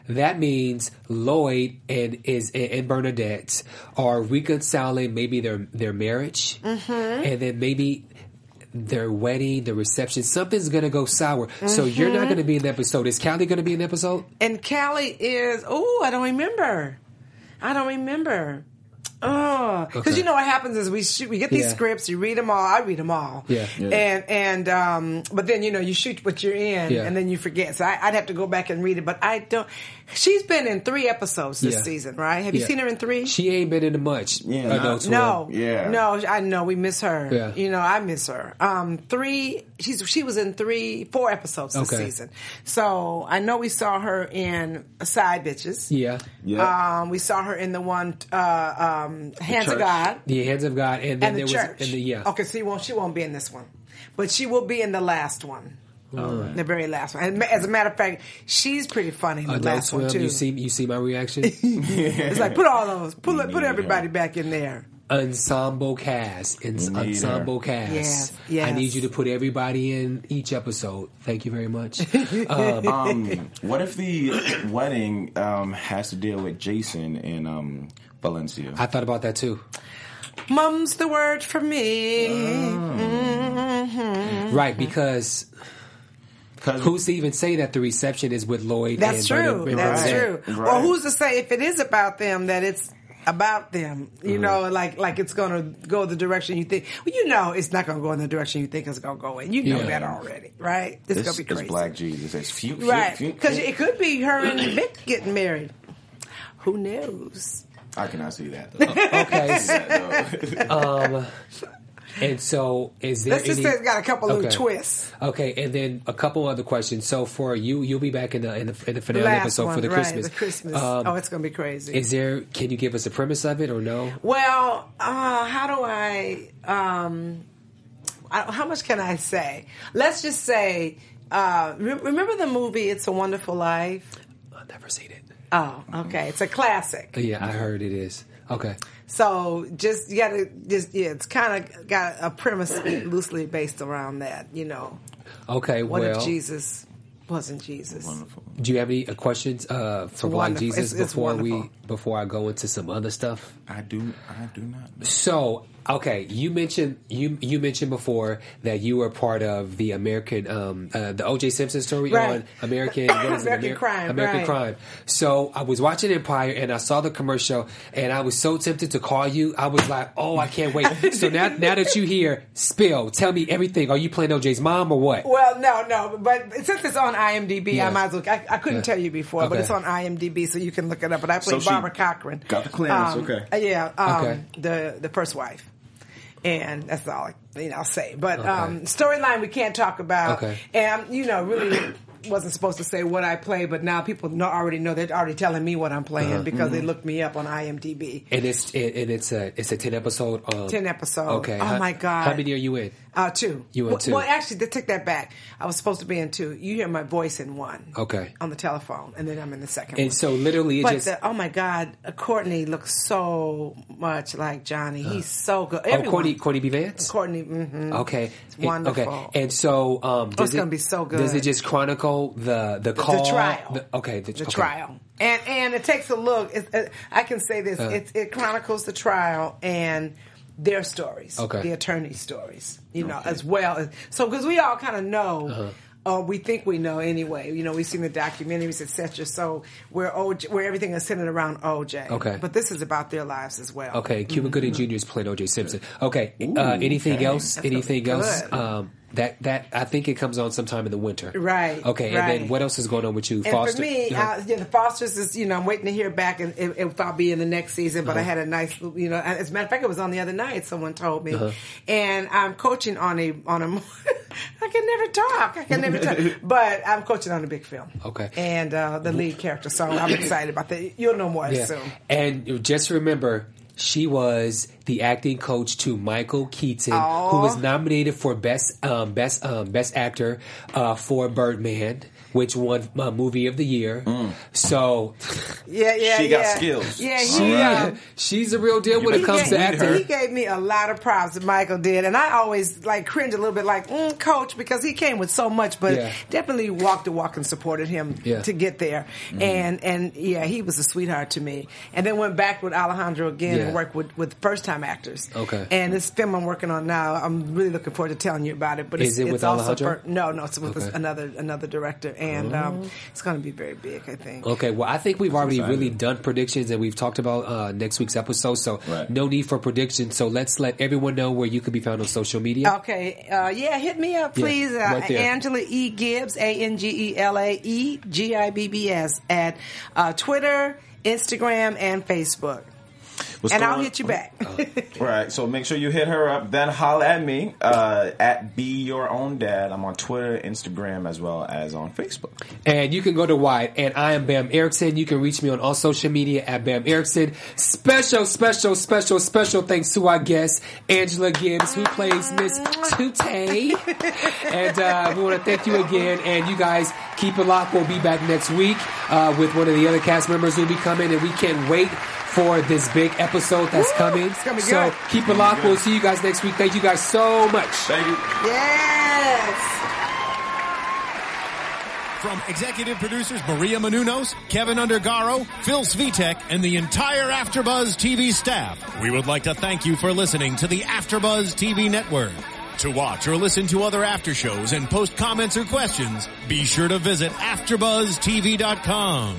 [SPEAKER 4] That means Lloyd and is and Bernadette are reconciling maybe their their marriage,
[SPEAKER 2] Mm-hmm.
[SPEAKER 4] and then maybe their wedding, the reception. Something's gonna go sour. So you're
[SPEAKER 2] Mm-hmm.
[SPEAKER 4] not gonna be in the episode. Is Callie gonna be in the episode?
[SPEAKER 2] And Callie is, oh, I don't remember. I don't remember. Oh, because
[SPEAKER 4] Okay.
[SPEAKER 2] you know what happens is we shoot, we get these
[SPEAKER 4] Yeah.
[SPEAKER 2] scripts, you read them all. I read them all,
[SPEAKER 4] Yeah. Yeah.
[SPEAKER 2] and and um, but then you know you shoot what you're in,
[SPEAKER 4] Yeah.
[SPEAKER 2] and then you forget. So I, I'd have to go back and read it, but I don't. She's been in three episodes this
[SPEAKER 4] Yeah.
[SPEAKER 2] season, right? Have you
[SPEAKER 4] Yeah.
[SPEAKER 2] seen her in three?
[SPEAKER 4] She ain't been into much.
[SPEAKER 3] Yeah,
[SPEAKER 4] Uh,
[SPEAKER 3] not-
[SPEAKER 4] no, to
[SPEAKER 2] No,
[SPEAKER 4] her.
[SPEAKER 3] Yeah.
[SPEAKER 2] no, I know we miss her.
[SPEAKER 4] Yeah.
[SPEAKER 2] You know, I miss her. Um, three, she's she was in three, four episodes this
[SPEAKER 4] Okay.
[SPEAKER 2] season. So I know we saw her in Side Bitches.
[SPEAKER 4] Yeah.
[SPEAKER 3] Yeah.
[SPEAKER 2] Um, we saw her in the one uh, um, Hands of
[SPEAKER 3] church.
[SPEAKER 2] God
[SPEAKER 4] The hands of God, and then
[SPEAKER 2] and the
[SPEAKER 4] there
[SPEAKER 2] church.
[SPEAKER 4] was and the yeah.
[SPEAKER 2] Okay, so you won't, she won't be in this one, but she will be in the last one. Mm, The very last one. And ma- as a matter of fact, she's pretty funny in the
[SPEAKER 4] Adult
[SPEAKER 2] last
[SPEAKER 4] Swim.
[SPEAKER 2] one too.
[SPEAKER 4] You see, you see my reaction.
[SPEAKER 2] it's like put all those, put put
[SPEAKER 3] Yeah.
[SPEAKER 2] everybody back in there.
[SPEAKER 4] ensemble cast, Ens-
[SPEAKER 3] Need her.
[SPEAKER 4] ensemble cast.
[SPEAKER 2] Yes,
[SPEAKER 4] I
[SPEAKER 2] yes.
[SPEAKER 4] need you to put everybody in each episode. Thank you very much.
[SPEAKER 3] um, what if the wedding um, has to deal with Jason and um, Valencia?
[SPEAKER 4] I thought about that too.
[SPEAKER 2] Mum's the word for
[SPEAKER 4] Uh,
[SPEAKER 2] me. Mm-hmm.
[SPEAKER 4] Right, because
[SPEAKER 3] 'Cause-
[SPEAKER 4] who's to even say that the reception is with Lloyd?
[SPEAKER 2] That's
[SPEAKER 4] and
[SPEAKER 2] true.
[SPEAKER 4] Bernard- and
[SPEAKER 2] That's
[SPEAKER 4] Bernadette?
[SPEAKER 2] true.
[SPEAKER 3] Right.
[SPEAKER 2] Well, who's to say if it is about them that it's about them? You
[SPEAKER 4] Mm-hmm.
[SPEAKER 2] know, like like it's going to go the direction you think. Well, you know, it's not going to go in the direction you think it's going to go in. You know
[SPEAKER 4] Yeah.
[SPEAKER 2] that already, right? It's,
[SPEAKER 3] It's,
[SPEAKER 2] going to be
[SPEAKER 3] it's
[SPEAKER 2] crazy,
[SPEAKER 3] Black Jesus. It's few, few,
[SPEAKER 2] right?
[SPEAKER 3] few-
[SPEAKER 2] Because it could be her and Vic getting married. Who knows?
[SPEAKER 3] I cannot see that. Though.
[SPEAKER 4] Okay, so-
[SPEAKER 3] Yeah, no.
[SPEAKER 4] and so is there
[SPEAKER 2] Let's just
[SPEAKER 4] any-
[SPEAKER 2] say it's got a couple
[SPEAKER 4] Okay.
[SPEAKER 2] little twists.
[SPEAKER 4] Okay, and then a couple other questions. So for you, you'll be back in the in the, in the
[SPEAKER 2] The
[SPEAKER 4] finale
[SPEAKER 2] last
[SPEAKER 4] episode
[SPEAKER 2] one,
[SPEAKER 4] for the
[SPEAKER 2] right?
[SPEAKER 4] Christmas.
[SPEAKER 2] The Christmas.
[SPEAKER 4] Um,
[SPEAKER 2] oh, it's going to be crazy.
[SPEAKER 4] is there? Can you give us a premise of it or no?
[SPEAKER 2] Well, uh, how do I, um, I? How much can I say? Let's just say. Uh, re- remember the movie "It's a Wonderful Life"?
[SPEAKER 4] I've never seen it.
[SPEAKER 2] Oh, okay, it's a classic.
[SPEAKER 4] Yeah, I heard it is. Okay.
[SPEAKER 2] So just you gotta just yeah, it's kind of got a premise loosely based around that. You know,
[SPEAKER 4] Okay,
[SPEAKER 2] what
[SPEAKER 4] well,
[SPEAKER 2] if Jesus wasn't Jesus?
[SPEAKER 3] Wonderful.
[SPEAKER 4] do you have any uh, questions uh, for Black
[SPEAKER 2] Wonderful.
[SPEAKER 4] Jesus
[SPEAKER 2] It's- it's
[SPEAKER 4] before we
[SPEAKER 2] wonderful.
[SPEAKER 4] before I go into some other stuff?
[SPEAKER 3] I do. I do not. know.
[SPEAKER 4] So, okay, you mentioned you you mentioned before that you were part of the American um, uh, the O.J. Simpson story
[SPEAKER 2] Right.
[SPEAKER 4] on American what is it,
[SPEAKER 2] American Crime,
[SPEAKER 4] American
[SPEAKER 2] right.
[SPEAKER 4] Crime. So I was watching Empire and I saw the commercial and I was so tempted to call you. I was like, oh, I can't wait. so now now that you here, spill, tell me everything. Are you playing O.J.'s mom or what?
[SPEAKER 2] Well, no, no, but since it's on IMDb,
[SPEAKER 4] Yeah.
[SPEAKER 2] I might as well. I, I couldn't
[SPEAKER 4] Yeah.
[SPEAKER 2] tell you before, but
[SPEAKER 4] Okay.
[SPEAKER 2] it's on IMDb, so you can look it up. But I
[SPEAKER 3] So
[SPEAKER 2] played
[SPEAKER 3] she
[SPEAKER 2] Barbara Cochran.
[SPEAKER 3] got the clearance,
[SPEAKER 2] Um,
[SPEAKER 3] okay.
[SPEAKER 2] uh, Yeah, um,
[SPEAKER 4] Okay.
[SPEAKER 2] the the first wife, and that's all I, you know, I'll say. But
[SPEAKER 4] Okay.
[SPEAKER 2] um, storyline we can't talk about,
[SPEAKER 4] Okay.
[SPEAKER 2] and you know, really. Wasn't supposed to say what I play, but now people know, already know. They're already telling me what I'm playing
[SPEAKER 4] Uh-huh.
[SPEAKER 2] because
[SPEAKER 4] Mm-hmm.
[SPEAKER 2] they looked me up on IMDb.
[SPEAKER 4] And it's it, and it's a it's a ten episode um,
[SPEAKER 2] 10 episode.
[SPEAKER 4] Okay.
[SPEAKER 2] Oh,
[SPEAKER 4] How-
[SPEAKER 2] my God.
[SPEAKER 4] How many are you in?
[SPEAKER 2] Uh, two.
[SPEAKER 4] You in
[SPEAKER 2] Well-
[SPEAKER 4] two.
[SPEAKER 2] Well, actually, they took that back. I was supposed to be in two. You hear my voice in one.
[SPEAKER 4] Okay.
[SPEAKER 2] On the telephone, and then I'm in the second.
[SPEAKER 4] And
[SPEAKER 2] one.
[SPEAKER 4] so literally it
[SPEAKER 2] but
[SPEAKER 4] just-
[SPEAKER 2] the, oh my God, uh, Courtney looks so much like Johnny. He's so good. Everyone,
[SPEAKER 4] Oh, Courtney Courtney B Vance.
[SPEAKER 2] Courtney. hmm
[SPEAKER 4] Okay. It-
[SPEAKER 2] wonderful. Oh,
[SPEAKER 4] okay. And so, um, does
[SPEAKER 2] gonna be so good.
[SPEAKER 4] Does it just chronicle the the call,
[SPEAKER 2] trial.
[SPEAKER 4] the- okay,
[SPEAKER 2] the
[SPEAKER 4] okay.
[SPEAKER 2] trial. And and it takes a look. It's, uh, I can say this:
[SPEAKER 4] Uh.
[SPEAKER 2] it, it chronicles the trial and their stories,
[SPEAKER 4] Okay. Uh-huh.
[SPEAKER 2] the attorney's stories, you know, as well. as So because we all kind of know uh, we think we know anyway. You know, we've seen the documentaries, etc. So where OJ, where everything is centered around OJ.
[SPEAKER 4] Okay.
[SPEAKER 2] but this is about their lives as well.
[SPEAKER 4] Okay, Cuba Gooding Jr. is playing O.J. Simpson. Okay, uh, anything
[SPEAKER 3] okay.
[SPEAKER 4] else?
[SPEAKER 2] That's
[SPEAKER 4] anything
[SPEAKER 2] gonna be
[SPEAKER 4] else?
[SPEAKER 2] good.
[SPEAKER 4] Um, that that I think it comes on sometime in the winter.
[SPEAKER 2] Right,
[SPEAKER 4] Okay, and then
[SPEAKER 2] right.
[SPEAKER 4] what else is going on with you,
[SPEAKER 2] And
[SPEAKER 4] Foster?
[SPEAKER 2] for me,
[SPEAKER 4] Uh-huh.
[SPEAKER 2] uh, yeah, the Fosters is you know I'm waiting to hear back and if, if I'll be in the next season. But I
[SPEAKER 4] Uh-huh.
[SPEAKER 2] had a nice you know as a matter of fact it was on the other night someone told me,
[SPEAKER 4] Uh-huh.
[SPEAKER 2] and I'm coaching on a on a I can never talk I can never talk but I'm coaching on a big film.
[SPEAKER 4] Okay.
[SPEAKER 2] and uh, the lead character, so I'm excited about that. You'll know more
[SPEAKER 4] Yeah.
[SPEAKER 2] soon.
[SPEAKER 4] And just remember, she was the acting coach to Michael Keaton, who
[SPEAKER 2] Aw.
[SPEAKER 4] was nominated for best um, best um, best actor uh, for Birdman, which won uh, movie of the year. So
[SPEAKER 2] Yeah, yeah,
[SPEAKER 3] She got
[SPEAKER 2] yeah.
[SPEAKER 3] skills.
[SPEAKER 2] Yeah, he,
[SPEAKER 4] she uh,
[SPEAKER 2] um,
[SPEAKER 4] she's a real deal when it
[SPEAKER 2] He
[SPEAKER 4] comes to
[SPEAKER 2] gave-
[SPEAKER 4] acting.
[SPEAKER 2] He gave me a lot of props that Michael did, and I always like cringe a little bit, like mm, coach, because he came with so much, but
[SPEAKER 4] Yeah.
[SPEAKER 2] definitely walked the walk and supported him
[SPEAKER 4] Yeah. Mm-hmm.
[SPEAKER 2] to get there. And and yeah, he was a sweetheart to me. And then went back with Alejandro again
[SPEAKER 4] Yeah.
[SPEAKER 2] and worked with with first time actors.
[SPEAKER 4] Okay.
[SPEAKER 2] And this film I'm working on now, I'm really looking forward to telling you about it. But
[SPEAKER 4] Is
[SPEAKER 2] it's,
[SPEAKER 4] it
[SPEAKER 2] it's
[SPEAKER 4] with
[SPEAKER 2] also
[SPEAKER 4] Alejandro?
[SPEAKER 2] for- no, no, it's with
[SPEAKER 4] Okay. Oh.
[SPEAKER 2] another another director, and um, it's going to be very big, I think.
[SPEAKER 4] Okay, well, I think we've already really done predictions and we've talked about uh, next week's episode, so
[SPEAKER 3] Right.
[SPEAKER 4] no need for predictions. So let's let everyone know where you could be found on social media.
[SPEAKER 2] Okay. Uh, yeah, hit me up,
[SPEAKER 4] Yeah,
[SPEAKER 2] please. uh,
[SPEAKER 4] right there.
[SPEAKER 2] Angela E. Gibbs, A N G E L A E G I B B S, at uh, Twitter, Instagram, and Facebook.
[SPEAKER 3] What's
[SPEAKER 2] and I'll
[SPEAKER 3] going-
[SPEAKER 2] hit you back.
[SPEAKER 4] Oh.
[SPEAKER 3] Right. So make sure you hit her up. Then holla at me uh, at be your own dad. I'm on Twitter, Instagram, as well as on Facebook.
[SPEAKER 4] And you can go to Wide. And I am Bam Erickson. You can reach me on all social media at Bam Erickson. Special, special, special, special thanks to our guest, Angela Gibbs, who plays Miss Tute. and uh, we want to thank you again. And you guys, keep it locked. We'll be back next week uh, with one of the other cast members who'll be coming. And we can't wait for this big episode that's coming.
[SPEAKER 2] it's gonna be
[SPEAKER 4] so
[SPEAKER 2] good.
[SPEAKER 4] keep it locked. We'll see you guys next week. Thank you guys so much.
[SPEAKER 3] Thank you.
[SPEAKER 2] yes.
[SPEAKER 1] From executive producers Maria Manunos, Kevin Undergaro, Phil Svitek, and the entire Afterbuzz TV staff, we would like to thank you for listening to the Afterbuzz TV network. To watch or listen to other after shows and post comments or questions, be sure to visit AfterbuzzTV.com.